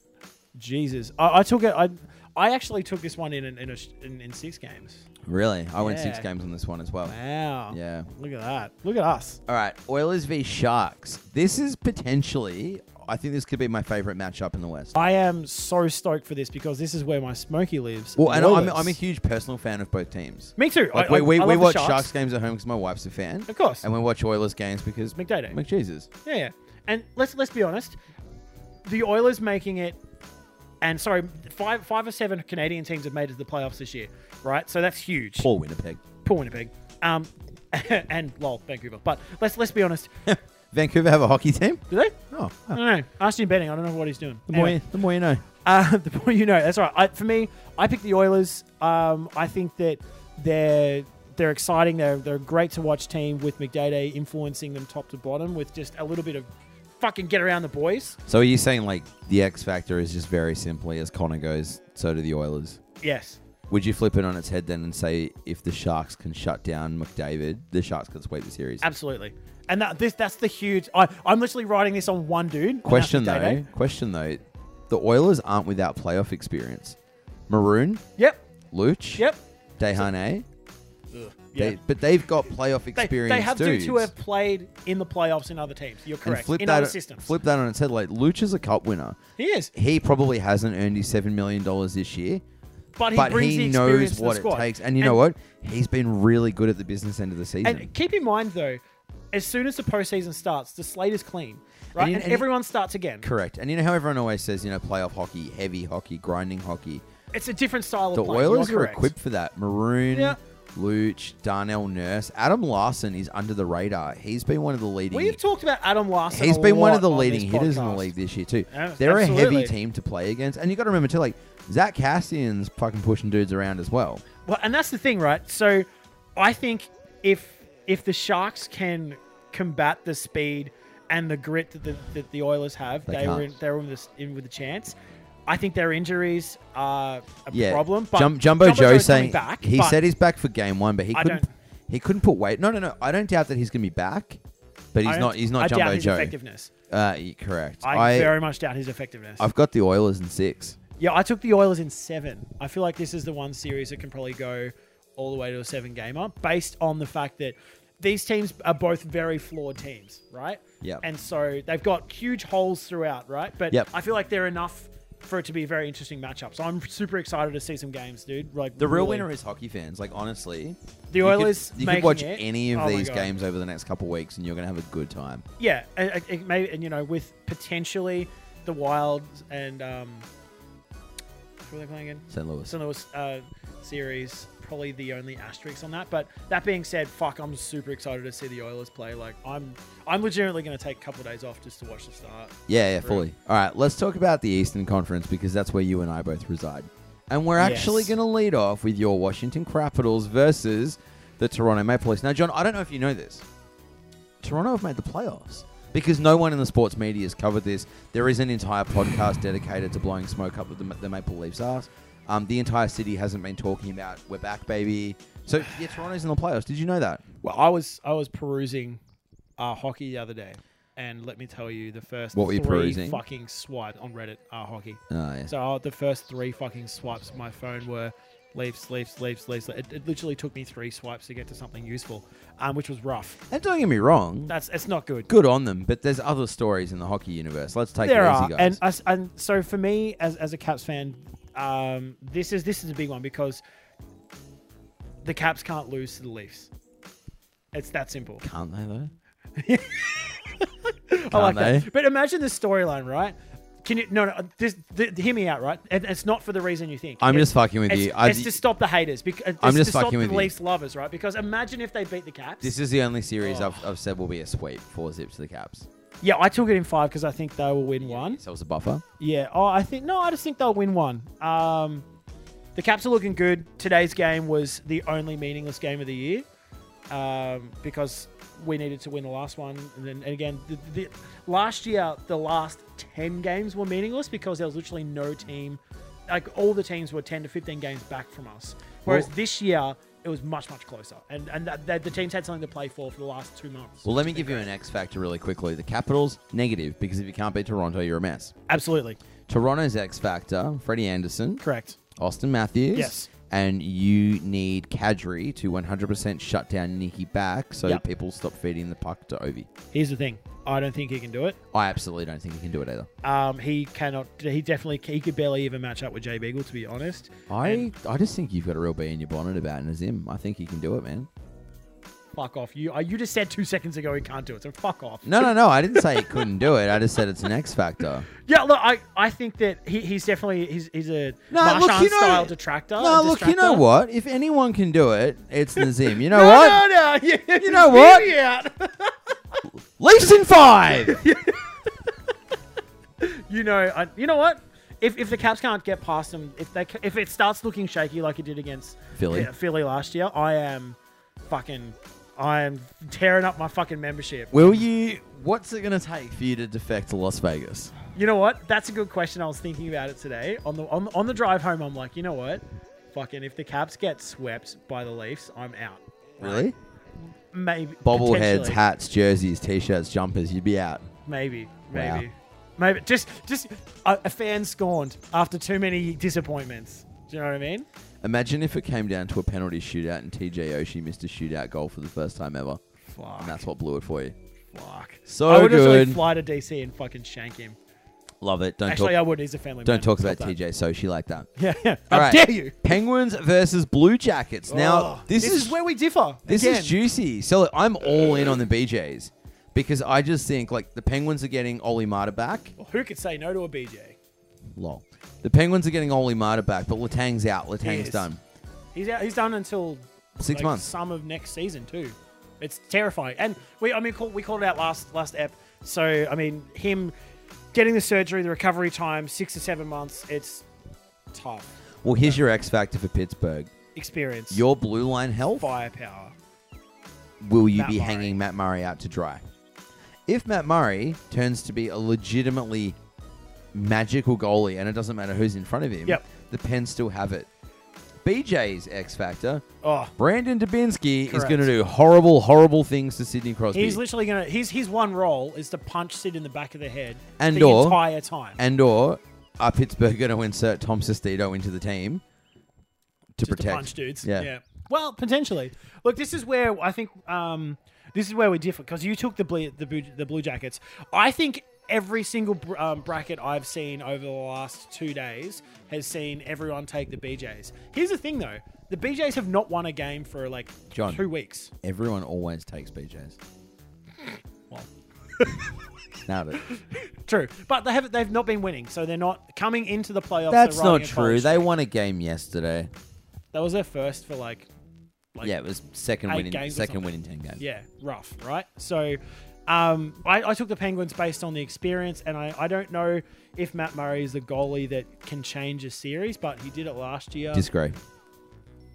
A: Jesus! I, I took it. I I actually took this one in in in, a, sh- in, in six games.
B: Really, I went six
A: Yeah.
B: games on this one as well.
A: Wow.
B: Yeah.
A: Look at that. Look at us.
B: All right, Oilers v Sharks. This is potentially. I think this could be my favorite matchup in the West.
A: I am so stoked for this because this is where my Smokey lives.
B: Well, and I'm,
A: Oilers.
B: I'm a huge personal fan of both teams.
A: Me too.
B: Like
A: I,
B: we,
A: I- I
B: we, we
A: love the
B: watch
A: Sharks.
B: Sharks. games at home because my wife's a fan,
A: Of course.
B: and we watch Oilers games because
A: McDaday.
B: McJesus.
A: Yeah, yeah. And let's let's be honest, the Oilers making it, and sorry, five five or seven Canadian teams have made it to the playoffs this year, right? So that's huge.
B: Poor Winnipeg.
A: Poor Winnipeg, um, and lol, Vancouver. But let's let's be honest. Do
B: Vancouver have a hockey team?
A: they? I
B: Oh, wow.
A: don't know. Ask Jim Benning. I don't know what he's doing.
B: the more
A: Anyway.
B: you, the more you know.
A: Uh, the point you know. That's right. I, for me, I picked the Oilers. Um, I think that they're they're exciting. They're they're a great to watch team with McDaday influencing them top to bottom with just a little bit of fucking get around the boys.
B: So are you saying like the X factor is just very simply as Connor goes, so do the Oilers?
A: Yes.
B: Would you flip it on its head then and say if the Sharks can shut down McDavid, the Sharks could sweep the series?
A: Absolutely. And that this that's the huge. I, I'm literally writing this on one dude. and that's
B: Question though,
A: Day-Day.
B: question though, the Oilers aren't without playoff experience. Maroon,
A: Yep.
B: Luch,
A: Yep.
B: Dehane.
A: Ugh.
B: They,
A: Yeah.
B: but they've got playoff
A: They,
B: experience
A: they have
B: dudes.
A: dudes who have played in the playoffs in other teams. You're
B: and
A: correct.
B: flip
A: in
B: that,
A: other systems.
B: flip that on its head. Like Lucha's a cup winner.
A: He is.
B: He probably hasn't earned his seven million dollars this year,
A: But he
B: but
A: brings
B: he
A: the experience
B: knows
A: to the
B: what it
A: squad.
B: takes. And you know what? He's been really good at the business end of the season.
A: And keep in mind though, as soon as the postseason starts, the slate is clean, right?
B: And
A: And,
B: you- and you-
A: everyone starts again.
B: Correct. And you know how everyone always says, you know, playoff hockey, heavy hockey, grinding hockey.
A: It's a different style
B: The
A: of play.
B: Oilers
A: You're
B: are
A: correct.
B: equipped for that. Maroon,
A: Yeah.
B: Luch, Darnell Nurse, Adam Larson is under the radar. He's been one of the leading.
A: We've talked about Adam Larson.
B: He's
A: a
B: been one
A: lot
B: of the
A: on
B: leading
A: this
B: hitters in the
A: podcast.
B: league this year too.
A: Yeah,
B: They're a
A: absolutely.
B: heavy team to play against, and you got to remember too, like Zach Cassian's fucking pushing dudes around as well.
A: Well, and that's the thing, right? So, I think if if the Sharks can combat the speed and the grit that the, that the Oilers have,
B: They
A: they, were in,
B: can't.
A: they were in, this, in with a chance. I think their injuries are a
B: Yeah,
A: problem. But
B: Jum- Jumbo,
A: Joe's
B: Joe
A: coming
B: saying
A: back,
B: he
A: but
B: said he's back for game one, but he
A: I
B: couldn't.
A: don't-
B: He couldn't put weight. No, no, no. I don't doubt that he's going to be back, but
A: I
B: he's
A: don't-
B: not. He's
A: I
B: not
A: doubt
B: Jumbo
A: his
B: Joe.
A: effectiveness.
B: Uh, y- correct.
A: I,
B: I,
A: very much doubt his effectiveness.
B: I've got the Oilers in six.
A: Yeah, I took the Oilers in seven. I feel like this is the one series that can probably go all the way to a seven gamer based on the fact that these teams are both very flawed teams, right?
B: Yep.
A: And so they've got huge holes throughout, right? But
B: Yep.
A: I feel like they're enough for it to be a very interesting matchup. So I'm super excited to see some games, dude. Like
B: The real
A: really.
B: winner is hockey fans. Like honestly,
A: The
B: you could-
A: Oilers
B: you
A: making
B: could watch
A: it.
B: any of
A: Oh my
B: these
A: God.
B: games over the next couple weeks, and you're going to have a good time.
A: Yeah, and, and- and maybe and you know with potentially the Wilds and um, who are they playing again?
B: St. Louis.
A: St. Louis uh, series, probably the only asterisk on that. But that being said, fuck, I'm super excited to see the Oilers play. Like, I'm, I'm legitimately going to take a couple of days off just to watch the start.
B: Yeah, yeah,
A: True.
B: fully. All right, let's talk about the Eastern Conference because that's where you and I both reside. And we're actually
A: Yes.
B: going to lead off with your Washington Capitals versus the Toronto Maple Leafs. Now, John, I don't know if you know this. Toronto have made the playoffs because no one in the sports media has covered this. There is an entire podcast dedicated to blowing smoke up with the, Ma- the Maple Leafs' ass. Um, the entire city hasn't been talking about we're back, baby. So yeah, Toronto's in the playoffs. Did you know that?
A: Well, I was, I was perusing uh, hockey the other day, and let me tell you, the first
B: What were you
A: three
B: perusing?
A: fucking swipes on Reddit are hockey.
B: Oh, yeah.
A: So uh, the first three fucking swipes of my phone were Leafs, Leafs, Leafs, Leafs. It, it literally took me three swipes to get to something useful, um, which was rough.
B: and don't get me wrong,
A: That's it's not good.
B: good on them, but there's other stories in the hockey universe. Let's take
A: there
B: it easy,
A: are,
B: guys.
A: and us, and so for me as as a Caps fan, um, this is this is a big one because the Caps can't lose to the Leafs. It's that simple.
B: Can't they though?
A: I like
B: they?
A: that. But imagine the storyline, right? Can you no no? This, th hear me out, right? And it's not for the reason you think.
B: I'm
A: It-
B: just fucking with
A: It's,
B: you. I-
A: it's to stop the haters. Because it's
B: I'm just
A: to stop
B: fucking
A: the
B: with you.
A: Leafs lovers, right? Because imagine if they beat the Caps.
B: This is the only series
A: Oh.
B: I've, I've said will be a sweep. Four zips to the Caps.
A: yeah, I took it in five because I think they will win one.
B: So it's a buffer.
A: Yeah. Oh, I think no. I just think they'll win one. Um, the Caps are looking good. Today's game was the only meaningless game of the year um, because we needed to win the last one. And then and again, the, the, last year the last ten games were meaningless because there was literally no team. Like all the teams were ten to fifteen games back from us. Whereas
B: Well-
A: this year it was much much closer, and and that, that the teams had something to play for for the last two months.
B: Well, let me give you an X factor really quickly. The Capitals negative because if you can't beat Toronto, you're a mess.
A: Absolutely
B: Toronto's X factor: Freddie Anderson,
A: correct.
B: Austin Matthews.
A: Yes.
B: And you need Kadri to 100% shut down Nikki back so
A: Yep.
B: people stop feeding the puck to Ovi.
A: Here's the thing: I don't think he can do it.
B: I absolutely don't think he can do it either.
A: Um, he cannot. He definitely. He could barely even match up with Jay Beagle, to be honest.
B: I,
A: And
B: I just think you've got a real bee in your bonnet about Nazim. I think he can do it, man.
A: fuck off. You. uh, You just said two seconds ago he can't do it. So fuck off.
B: No, no, no. I didn't say he couldn't do it. I just said it's an X factor.
A: Yeah. Look, I. I think that he, he's definitely. He's. He's a
B: No,
A: Marshawn
B: look, you know-
A: style detractor.
B: No, look, you know
A: Oh, distractor.
B: what? If anyone can do it, it's Nazim. You know
A: No,
B: what?
A: no, no. Yeah,
B: You know what?
A: hear me out.
B: Leafs in five.
A: you know. I, you know what? If, if the Caps can't get past them, if they ca- if it starts looking shaky like it did against
B: Philly.
A: yeah, Philly last year, I am fucking. I am tearing up my fucking membership.
B: Will you? What's it gonna take for you to defect to Las Vegas?
A: You know what? That's a good question. I was thinking about it today on the on, on the drive home. I'm like, you know what? Fucking if the Caps get swept by the Leafs, I'm out.
B: Really?
A: Maybe
B: Bobbleheads,
A: potentially.
B: hats, jerseys, t-shirts, jumpers. You'd be out.
A: Maybe,
B: Wow.
A: maybe, maybe. Just just a, a fan scorned after too many disappointments. Do you know what I mean?
B: Imagine if it came down to a penalty shootout and TJ Oshie missed a shootout goal for the first time ever,
A: Fuck.
B: and that's what blew it for you.
A: Fuck.
B: So
A: I would just like
B: good.
A: fly to DC and fucking shank him.
B: Love it. Don't
A: Actually,
B: talk.
A: I would. He's a family.
B: Don't
A: man.
B: talk about
A: Stop that.
B: TJ Oshie like that.
A: Yeah, yeah. How
B: All right.
A: dare you?
B: Penguins versus Blue Jackets. Now
A: Oh,
B: this,
A: is, where we differ.
B: This
A: Again,
B: is juicy. So I'm all in on the BJs because I just think like the Penguins are getting Oli Mata back.
A: who could say no to a BJ?
B: Lol. The Penguins are getting Oli Mata back, but Latang's out. Latang's
A: is.
B: done.
A: He's out. He's done until
B: Six
A: like,
B: months.
A: Some of next season too. It's terrifying. And we, I mean, call, we called it out last last ep. So I mean, him getting the surgery, the recovery time, six to seven months. It's tough
B: Well, here's your X factor for Pittsburgh.
A: experience.
B: Your blue line health.
A: firepower.
B: Will you
A: Matt
B: be
A: Murray.
B: hanging Matt Murray out to dry? If Matt Murray turns to be a legitimately magical goalie, and it doesn't matter who's in front of him,
A: Yep.
B: the Pens still have it. BJ's X factor
A: Oh,
B: Brandon Dubinsky is
A: Correct.
B: going to do horrible, horrible things to Sidney Crosby.
A: he's literally gonna. His his one role is to punch Sid in the back of the head
B: And
A: the
B: or-
A: entire time.
B: and or are Pittsburgh going to insert Tom Sestito into the team to
A: just
B: protect?
A: a bunch, dudes.
B: Yeah.
A: Yeah. Well, potentially. Look, this is where I think um, this is where we differ because you took the blue, the blue, the Blue Jackets. I think every single br- um, bracket I've seen over the last two days has seen everyone take the BJ's. Here's the thing, though: the BJ's have not won a game for like
B: John.
A: two weeks.
B: Everyone always takes BJ's.
A: Well,
B: Now it.
A: true, but they have they've not been winning, so they're not coming into the playoffs.
B: That's
A: they're riding
B: not
A: a
B: true.
A: cold
B: They
A: streak.
B: won a game yesterday.
A: that was their first for like Like
B: yeah, it was second
A: eight
B: win in
A: games or
B: second
A: something.
B: win in ten games.
A: yeah, rough, right? So um, I, I took the Penguins based on the experience, and I, I don't know if Matt Murray is the goalie that can change a series, but he did it last year.
B: Disagree.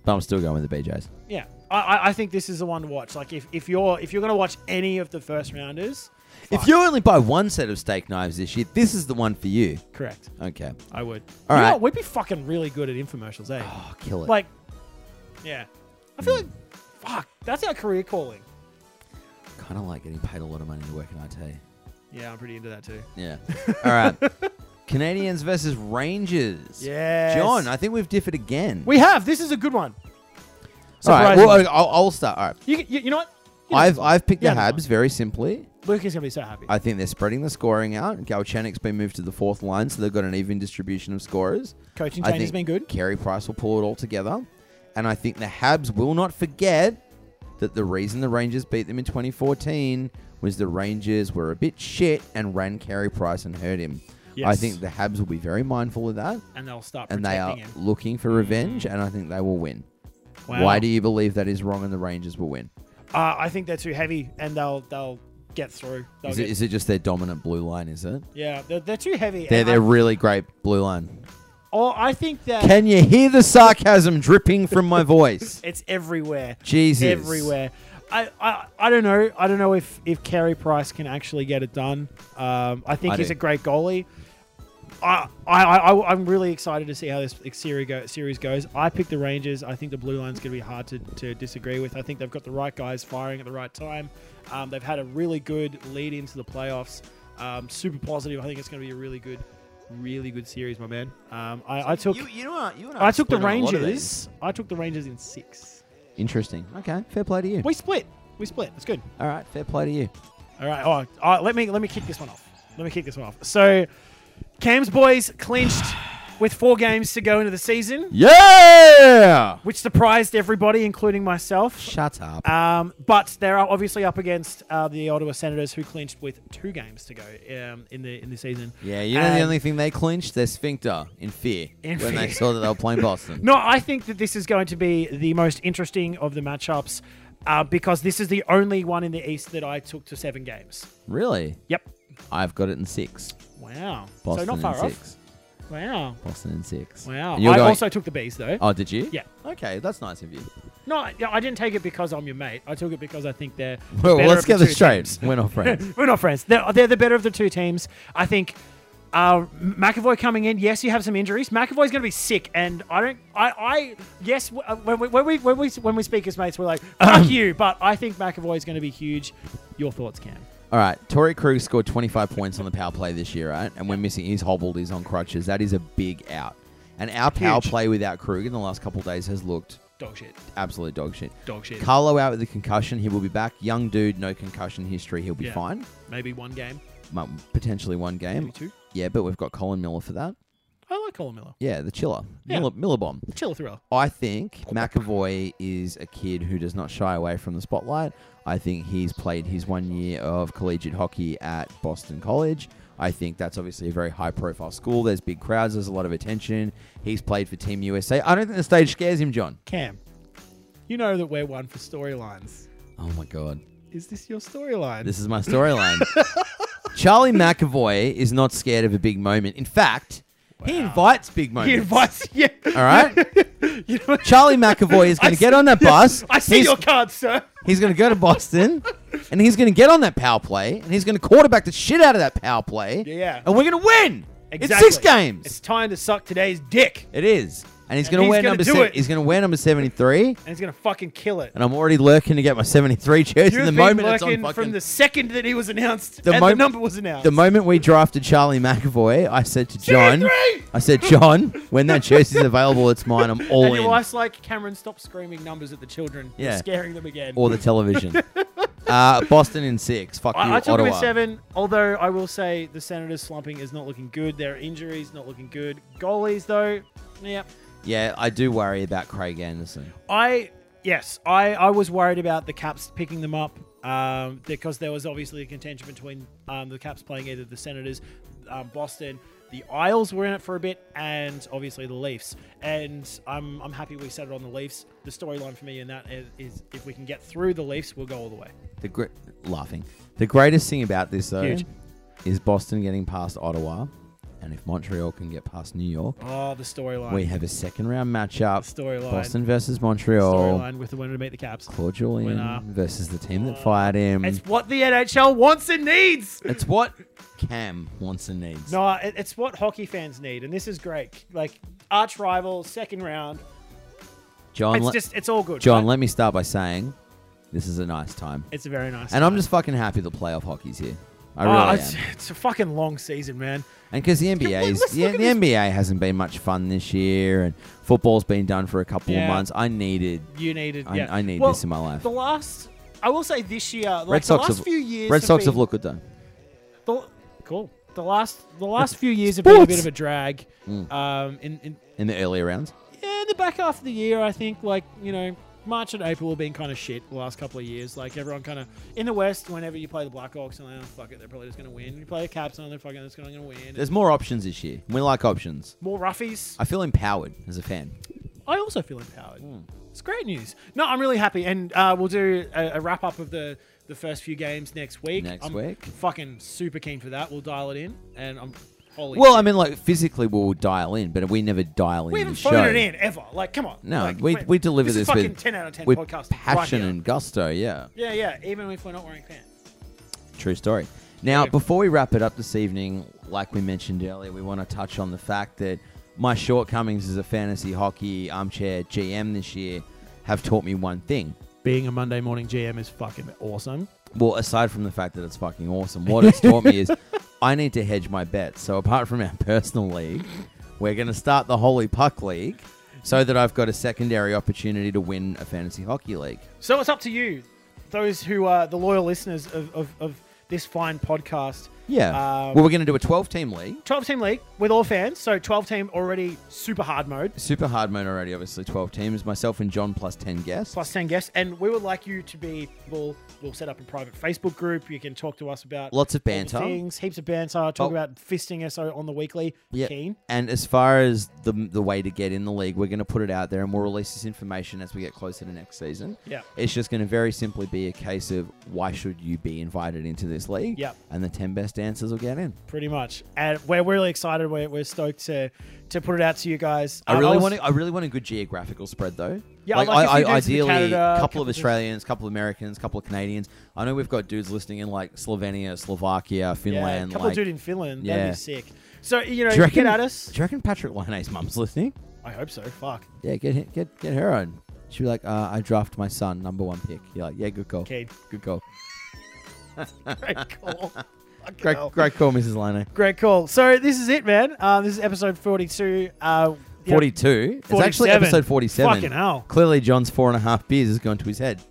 B: But I'm still going with the BJ's.
A: yeah, I- I, I think this is the one to watch. Like if, if you're if you're gonna watch any of the first rounders,
B: If you only buy one set of steak knives this year, this is the one for you.
A: correct,
B: Okay.
A: I would.
B: All
A: You know
B: right.
A: what? we'd be fucking really good at infomercials, eh?
B: Oh, kill it.
A: like, yeah, I feel like fuck, that's our career calling.
B: kind of like getting paid a lot of money to work in IT.
A: Yeah, I'm pretty into that too.
B: Yeah. All right. Canadians versus Rangers.
A: Yes.
B: John, I think we've differed again.
A: We have. This is a good one.
B: All right.
A: Surprisingly.
B: Well, okay, I'll, I'll start. All right.
A: You, you, you know what? You know
B: I've I've picked
A: Yeah,
B: the
A: that's
B: Habs very simply.
A: Luke is gonna be so happy.
B: I think they're spreading the scoring out. Galchenyuk's been moved to the fourth line, so they've got an even distribution of scorers.
A: Coaching
B: I
A: change has
B: think
A: been good.
B: Carey Price will pull it all together, and I think the Habs will not forget that the reason the Rangers beat them in 2014 was the Rangers were a bit shit and ran Carey Price and hurt him. I
A: Yes.
B: think the Habs will be very mindful of that,
A: and they'll start
B: and
A: protecting
B: they are
A: him. Mm.
B: looking for revenge, and I think they will win.
A: Wow.
B: Why do you believe that is wrong and the Rangers will win?
A: Uh, I think they're too heavy, and they'll they'll get through. They'll
B: Is
A: get,
B: it, is it just their dominant blue line, is it?
A: yeah, they're, they're too heavy.
B: They're,
A: and
B: they're
A: I,
B: really great blue line.
A: or I think that
B: Can you hear the sarcasm dripping from my voice?
A: it's everywhere.
B: Jesus.
A: everywhere. I, I, I don't know. I don't know if if Carey Price can actually get it done. Um, I think
B: I
A: he's
B: do.
A: a great goalie. I, I, I, I'm really excited to see how this series, go, series goes. I picked the Rangers. I think the blue line's going to be hard to, to disagree with. I think they've got the right guys firing at the right time. Um, they've had a really good lead into the playoffs. Um, super positive. I think it's going to be a really good, really good series, my man. Um, I, I took
B: You, you know what? You and I,
A: I
B: are
A: took the
B: split on a lot of these.
A: Rangers. I took the Rangers in six.
B: Interesting. Okay, fair play to you.
A: We split. We split. That's good.
B: All right, fair play to you.
A: All right. Oh, all right, let me let me kick this one off. Let me kick this one off. So, Cam's boys clinched with four games to go into the season,
B: Yeah.
A: which surprised everybody, including myself.
B: Shut up.
A: Um, but they are obviously up against uh, the Ottawa Senators, who clinched with two games to go um, in the in the season.
B: yeah, you know the
A: and-
B: only thing they clinched their sphincter in fear
A: In
B: when they
A: fear.
B: saw that they were playing Boston.
A: No, I think that this is going to be the most interesting of the matchups uh, because this is the only one in the East that I took to seven games.
B: Really?
A: Yep.
B: I've got it in six.
A: Wow.
B: Boston
A: so not far
B: in
A: off.
B: six.
A: Wow.
B: Boston in six.
A: Wow. I
B: And you're going-
A: also took the bees though.
B: Oh, did you?
A: Yeah.
B: Okay, that's nice of you.
A: No, I, yeah, I didn't take it because I'm your mate. I took it because I think they're. the
B: Well,
A: better
B: let's
A: of the
B: get this
A: two
B: straight.
A: teams.
B: We're not friends.
A: We're not friends. They're, they're the better of the two teams. I think uh, McAvoy coming in. Yes, you have some injuries. McAvoy's going to be sick, and I don't. I, I yes, w- uh, when we, when we when we when we speak as mates, we're like fuck you. But I think McAvoy's going to be huge. Your thoughts, Cam?
B: All right, Tory Krug scored 25 points on the power play this year, right? And we're missing. He's hobbled. He's on crutches. That is a big out. And our power
A: Huge.
B: play without Krug in the last couple of days has looked
A: Dog shit.
B: absolute dog shit.
A: Dog shit.
B: Carlo out with a concussion. He will be back. Young dude, no concussion history. He'll be
A: Yeah.
B: fine.
A: Maybe one game.
B: Might- Potentially one
A: Maybe
B: game.
A: two.
B: Yeah, but we've got Colin Miller for that.
A: I like Colin Miller.
B: Yeah, the chiller.
A: Yeah.
B: Miller, Miller bomb.
A: Chill thriller.
B: I think McAvoy is a kid who does not shy away from the spotlight. I think he's played his one year of collegiate hockey at Boston College. I think that's obviously a very high profile school. There's big crowds, there's a lot of attention. He's played for Team USA. I don't think the stage scares him, John.
A: Cam, you know that we're one for storylines.
B: Oh my God.
A: Is this your storyline?
B: This is my storyline. Charlie McAvoy is not scared of a big moment. In fact, he
A: Wow.
B: invites big moments.
A: he invites you.
B: All right.
A: you know,
B: Charlie McAvoy is going
A: I
B: to get
A: see-
B: on that bus.
A: I see
B: He's-
A: your card, sir.
B: He's going to go to Boston and he's going to get on that power play and he's going to quarterback the shit out of that power play.
A: Yeah, yeah.
B: And we're going to win.
A: Exactly.
B: It's six games.
A: It's time to suck today's dick,
B: it is. And he's
A: And
B: going to
A: he's
B: wear
A: gonna
B: number
A: do
B: seven.
A: it.
B: He's going to wear number 73
A: and he's gonna fucking kill it.
B: and I'm already lurking to get my 73 jersey
A: You've
B: the
A: been
B: moment it's on
A: lurking
B: fucking
A: from the second that he was announced
B: The
A: and
B: mo-
A: the number was announced.
B: the moment we drafted Charlie McAvoy, I said to John,
A: 73!
B: I said, John, when that jersey's available, it's mine. I'm all
A: and
B: in.
A: your wife's like, Cameron, stop screaming numbers at the children. You're
B: Yeah.
A: scaring them again.
B: Or the television. uh, Boston in six. Fuck you,
A: I, I took him
B: Ottawa.
A: with seven, although I will say the Senators slumping is not looking good. Their injuries not looking good. Goalies though, yeah.
B: Yeah, I do worry about Craig Anderson.
A: I yes, I I was worried about the Caps picking them up um, because there was obviously a contention between um, the Caps playing either the Senators, um, Boston. The Isles were in it for a bit, and obviously the Leafs. And I'm I'm happy we settled on the Leafs. The storyline for me in that is, is if we can get through the Leafs, we'll go all the way.
B: The gr- laughing. The greatest thing about this though
A: Huge.
B: is Boston getting past Ottawa, and if Montreal can get past New York,
A: Oh, the storyline.
B: we have a second round matchup:
A: storyline.
B: Boston versus Montreal.
A: storyline with the winner to beat the Caps.
B: Claude Julien
A: Winner.
B: versus the team that fired him.
A: It's what the NHL wants and needs.
B: It's what Cam wants and needs.
A: No, it, it's what hockey fans need, and this is great. Like arch rival, second round.
B: John,
A: It's
B: le-
A: just, it's all good.
B: John,
A: right?
B: let me start by saying this is a nice time,
A: it's a very nice.
B: and I'm
A: time.
B: just fucking happy the playoff hockey's here. I
A: Oh,
B: really
A: it's,
B: am.
A: it's a fucking long season, man.
B: And because the NBA
A: Let's
B: is
A: look
B: the,
A: at
B: the
A: this-
B: NBA hasn't been much fun this year, and football's been done for a couple
A: Yeah.
B: of months. I needed,
A: You needed.
B: I,
A: yeah.
B: I need
A: Well,
B: this in my life.
A: The last, I will say, this year, like
B: Red
A: the
B: Sox
A: last
B: have,
A: few years,
B: Red
A: have
B: Sox have
A: been-
B: looked good though.
A: the- cool. The last, the last few years have been a bit
B: Sports. Mm.
A: of a drag. Um, in, in
B: in the earlier rounds.
A: yeah, in the back half of the year, I think like you know March and April have been kind of shit the last couple of years. Like everyone kind of in the West, whenever you play the Blackhawks, and like, oh fuck it, they're probably just gonna win. You play the Caps, and they're fucking just gonna gonna win.
B: There's more options this year. We like options.
A: more roughies.
B: I feel empowered as a fan.
A: I also feel empowered.
B: Hmm.
A: It's great news. No, I'm really happy, and uh, we'll do a, a wrap up of the the first few games next week.
B: Next
A: I'm
B: week.
A: fucking super keen for that. We'll dial it in, and I'm holy.
B: Well,
A: shit.
B: I mean, like physically, we'll dial in, but we never dial in.
A: we haven't
B: the show.
A: phoned it in ever. Like, come on.
B: No,
A: Like,
B: we,
A: we're-
B: we deliver
A: this,
B: this,
A: is fucking
B: with
A: ten out of ten
B: with
A: podcast
B: passion
A: right here.
B: and gusto. Yeah.
A: Yeah, yeah. Even if we're not wearing pants.
B: True story. Now,
A: Yeah.
B: before we wrap it up this evening, like we mentioned earlier, we want to touch on the fact that my shortcomings as a fantasy hockey armchair GM this year have taught me one thing.
A: Being a Monday morning GM is fucking awesome.
B: Well, aside from the fact that it's fucking awesome, what it's taught me is I need to hedge my bets. So, apart from our personal league, we're going to start the Holy Puck League so that I've got a secondary opportunity to win a fantasy hockey league.
A: So it's up to you, those who are the loyal listeners of, of, of this fine podcast.
B: Yeah.
A: Um,
B: well, we're going to do a 12 team league.
A: 12 team league with all fans. So 12 team already super hard mode,
B: Super hard mode already, obviously. 12 teams. Myself and John plus 10 guests.
A: plus 10 guests. And we would like you to be, we'll, we'll set up a private Facebook group. You can talk to us about
B: Lots of
A: all the
B: banter.
A: things, heaps of banter. Talk
B: Oh.
A: about fisting SO on the weekly.
B: Yeah.
A: Keen.
B: And as far as the the way to get in the league, we're going to put it out there, and we'll release this information as we get closer to next season.
A: Yeah.
B: It's just going to very simply be a case of why should you be invited into this league?
A: Yep.
B: And the ten best answers will get in.
A: Pretty much, and we're really excited. We're, we're stoked to to put it out to you guys.
B: I
A: Um,
B: really
A: was-
B: want to, I really want a good geographical spread though.
A: Yeah, I'd like to see
B: I, I
A: dudes from
B: ideally
A: Canada,
B: a couple
A: couple
B: of
A: of-
B: Australians, couple of Americans, couple of Canadians. I know we've got dudes listening in like Slovenia, Slovakia,
A: Yeah, a
B: Finland.
A: couple
B: like,
A: of dude in Finland.
B: yeah.
A: That'd be sick. So you know,
B: do you reckon
A: get at us.
B: Do you reckon Patrick Line's mum's listening?
A: I hope so. Fuck.
B: yeah, get hi- get get her on. She'd be like, uh, I draft my son, number one pick. You're like, yeah, good call.
A: Okay.
B: Good call.
A: Great call. Fucking
B: Great,
A: hell.
B: great call, Mrs. Lino.
A: Great call. So this is it, man. Uh, this is episode forty-two. Uh,
B: 42. It's actually episode 47.
A: Fucking hell.
B: Clearly, John's four and a half beers has gone to his head.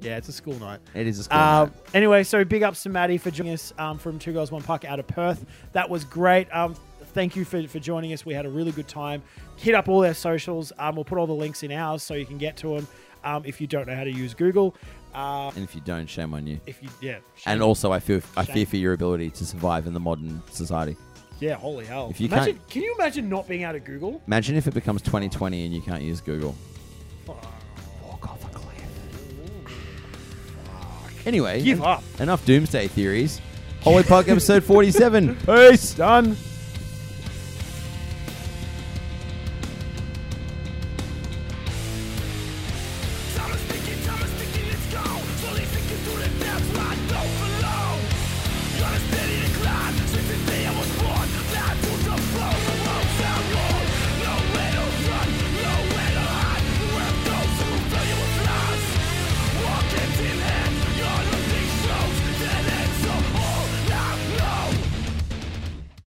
A: Yeah, it's a school night.
B: It is a score.
A: Uh,
B: night.
A: anyway, so big ups to Maddie for joining us um, from Two Girls One Puck out of Perth. That was great. Um, thank you for, for joining us. We had a really good time. Hit up all their socials. Um, we'll put all the links in ours so you can get to them um, if you don't know how to use Google. Uh,
B: And if you don't, shame on you.
A: if you yeah
B: And also, I feel I
A: Shame.
B: fear for your ability to survive in the modern society.
A: yeah holy hell.
B: If you
A: imagine,
B: can't-
A: can you imagine not being able to Google?
B: Imagine if it becomes 2020 and you can't use Google.
A: Walk off a cliff.
B: Anyway,
A: Give
B: en-
A: up.
B: enough doomsday theories. Holy Puck episode 47.
A: Peace, done.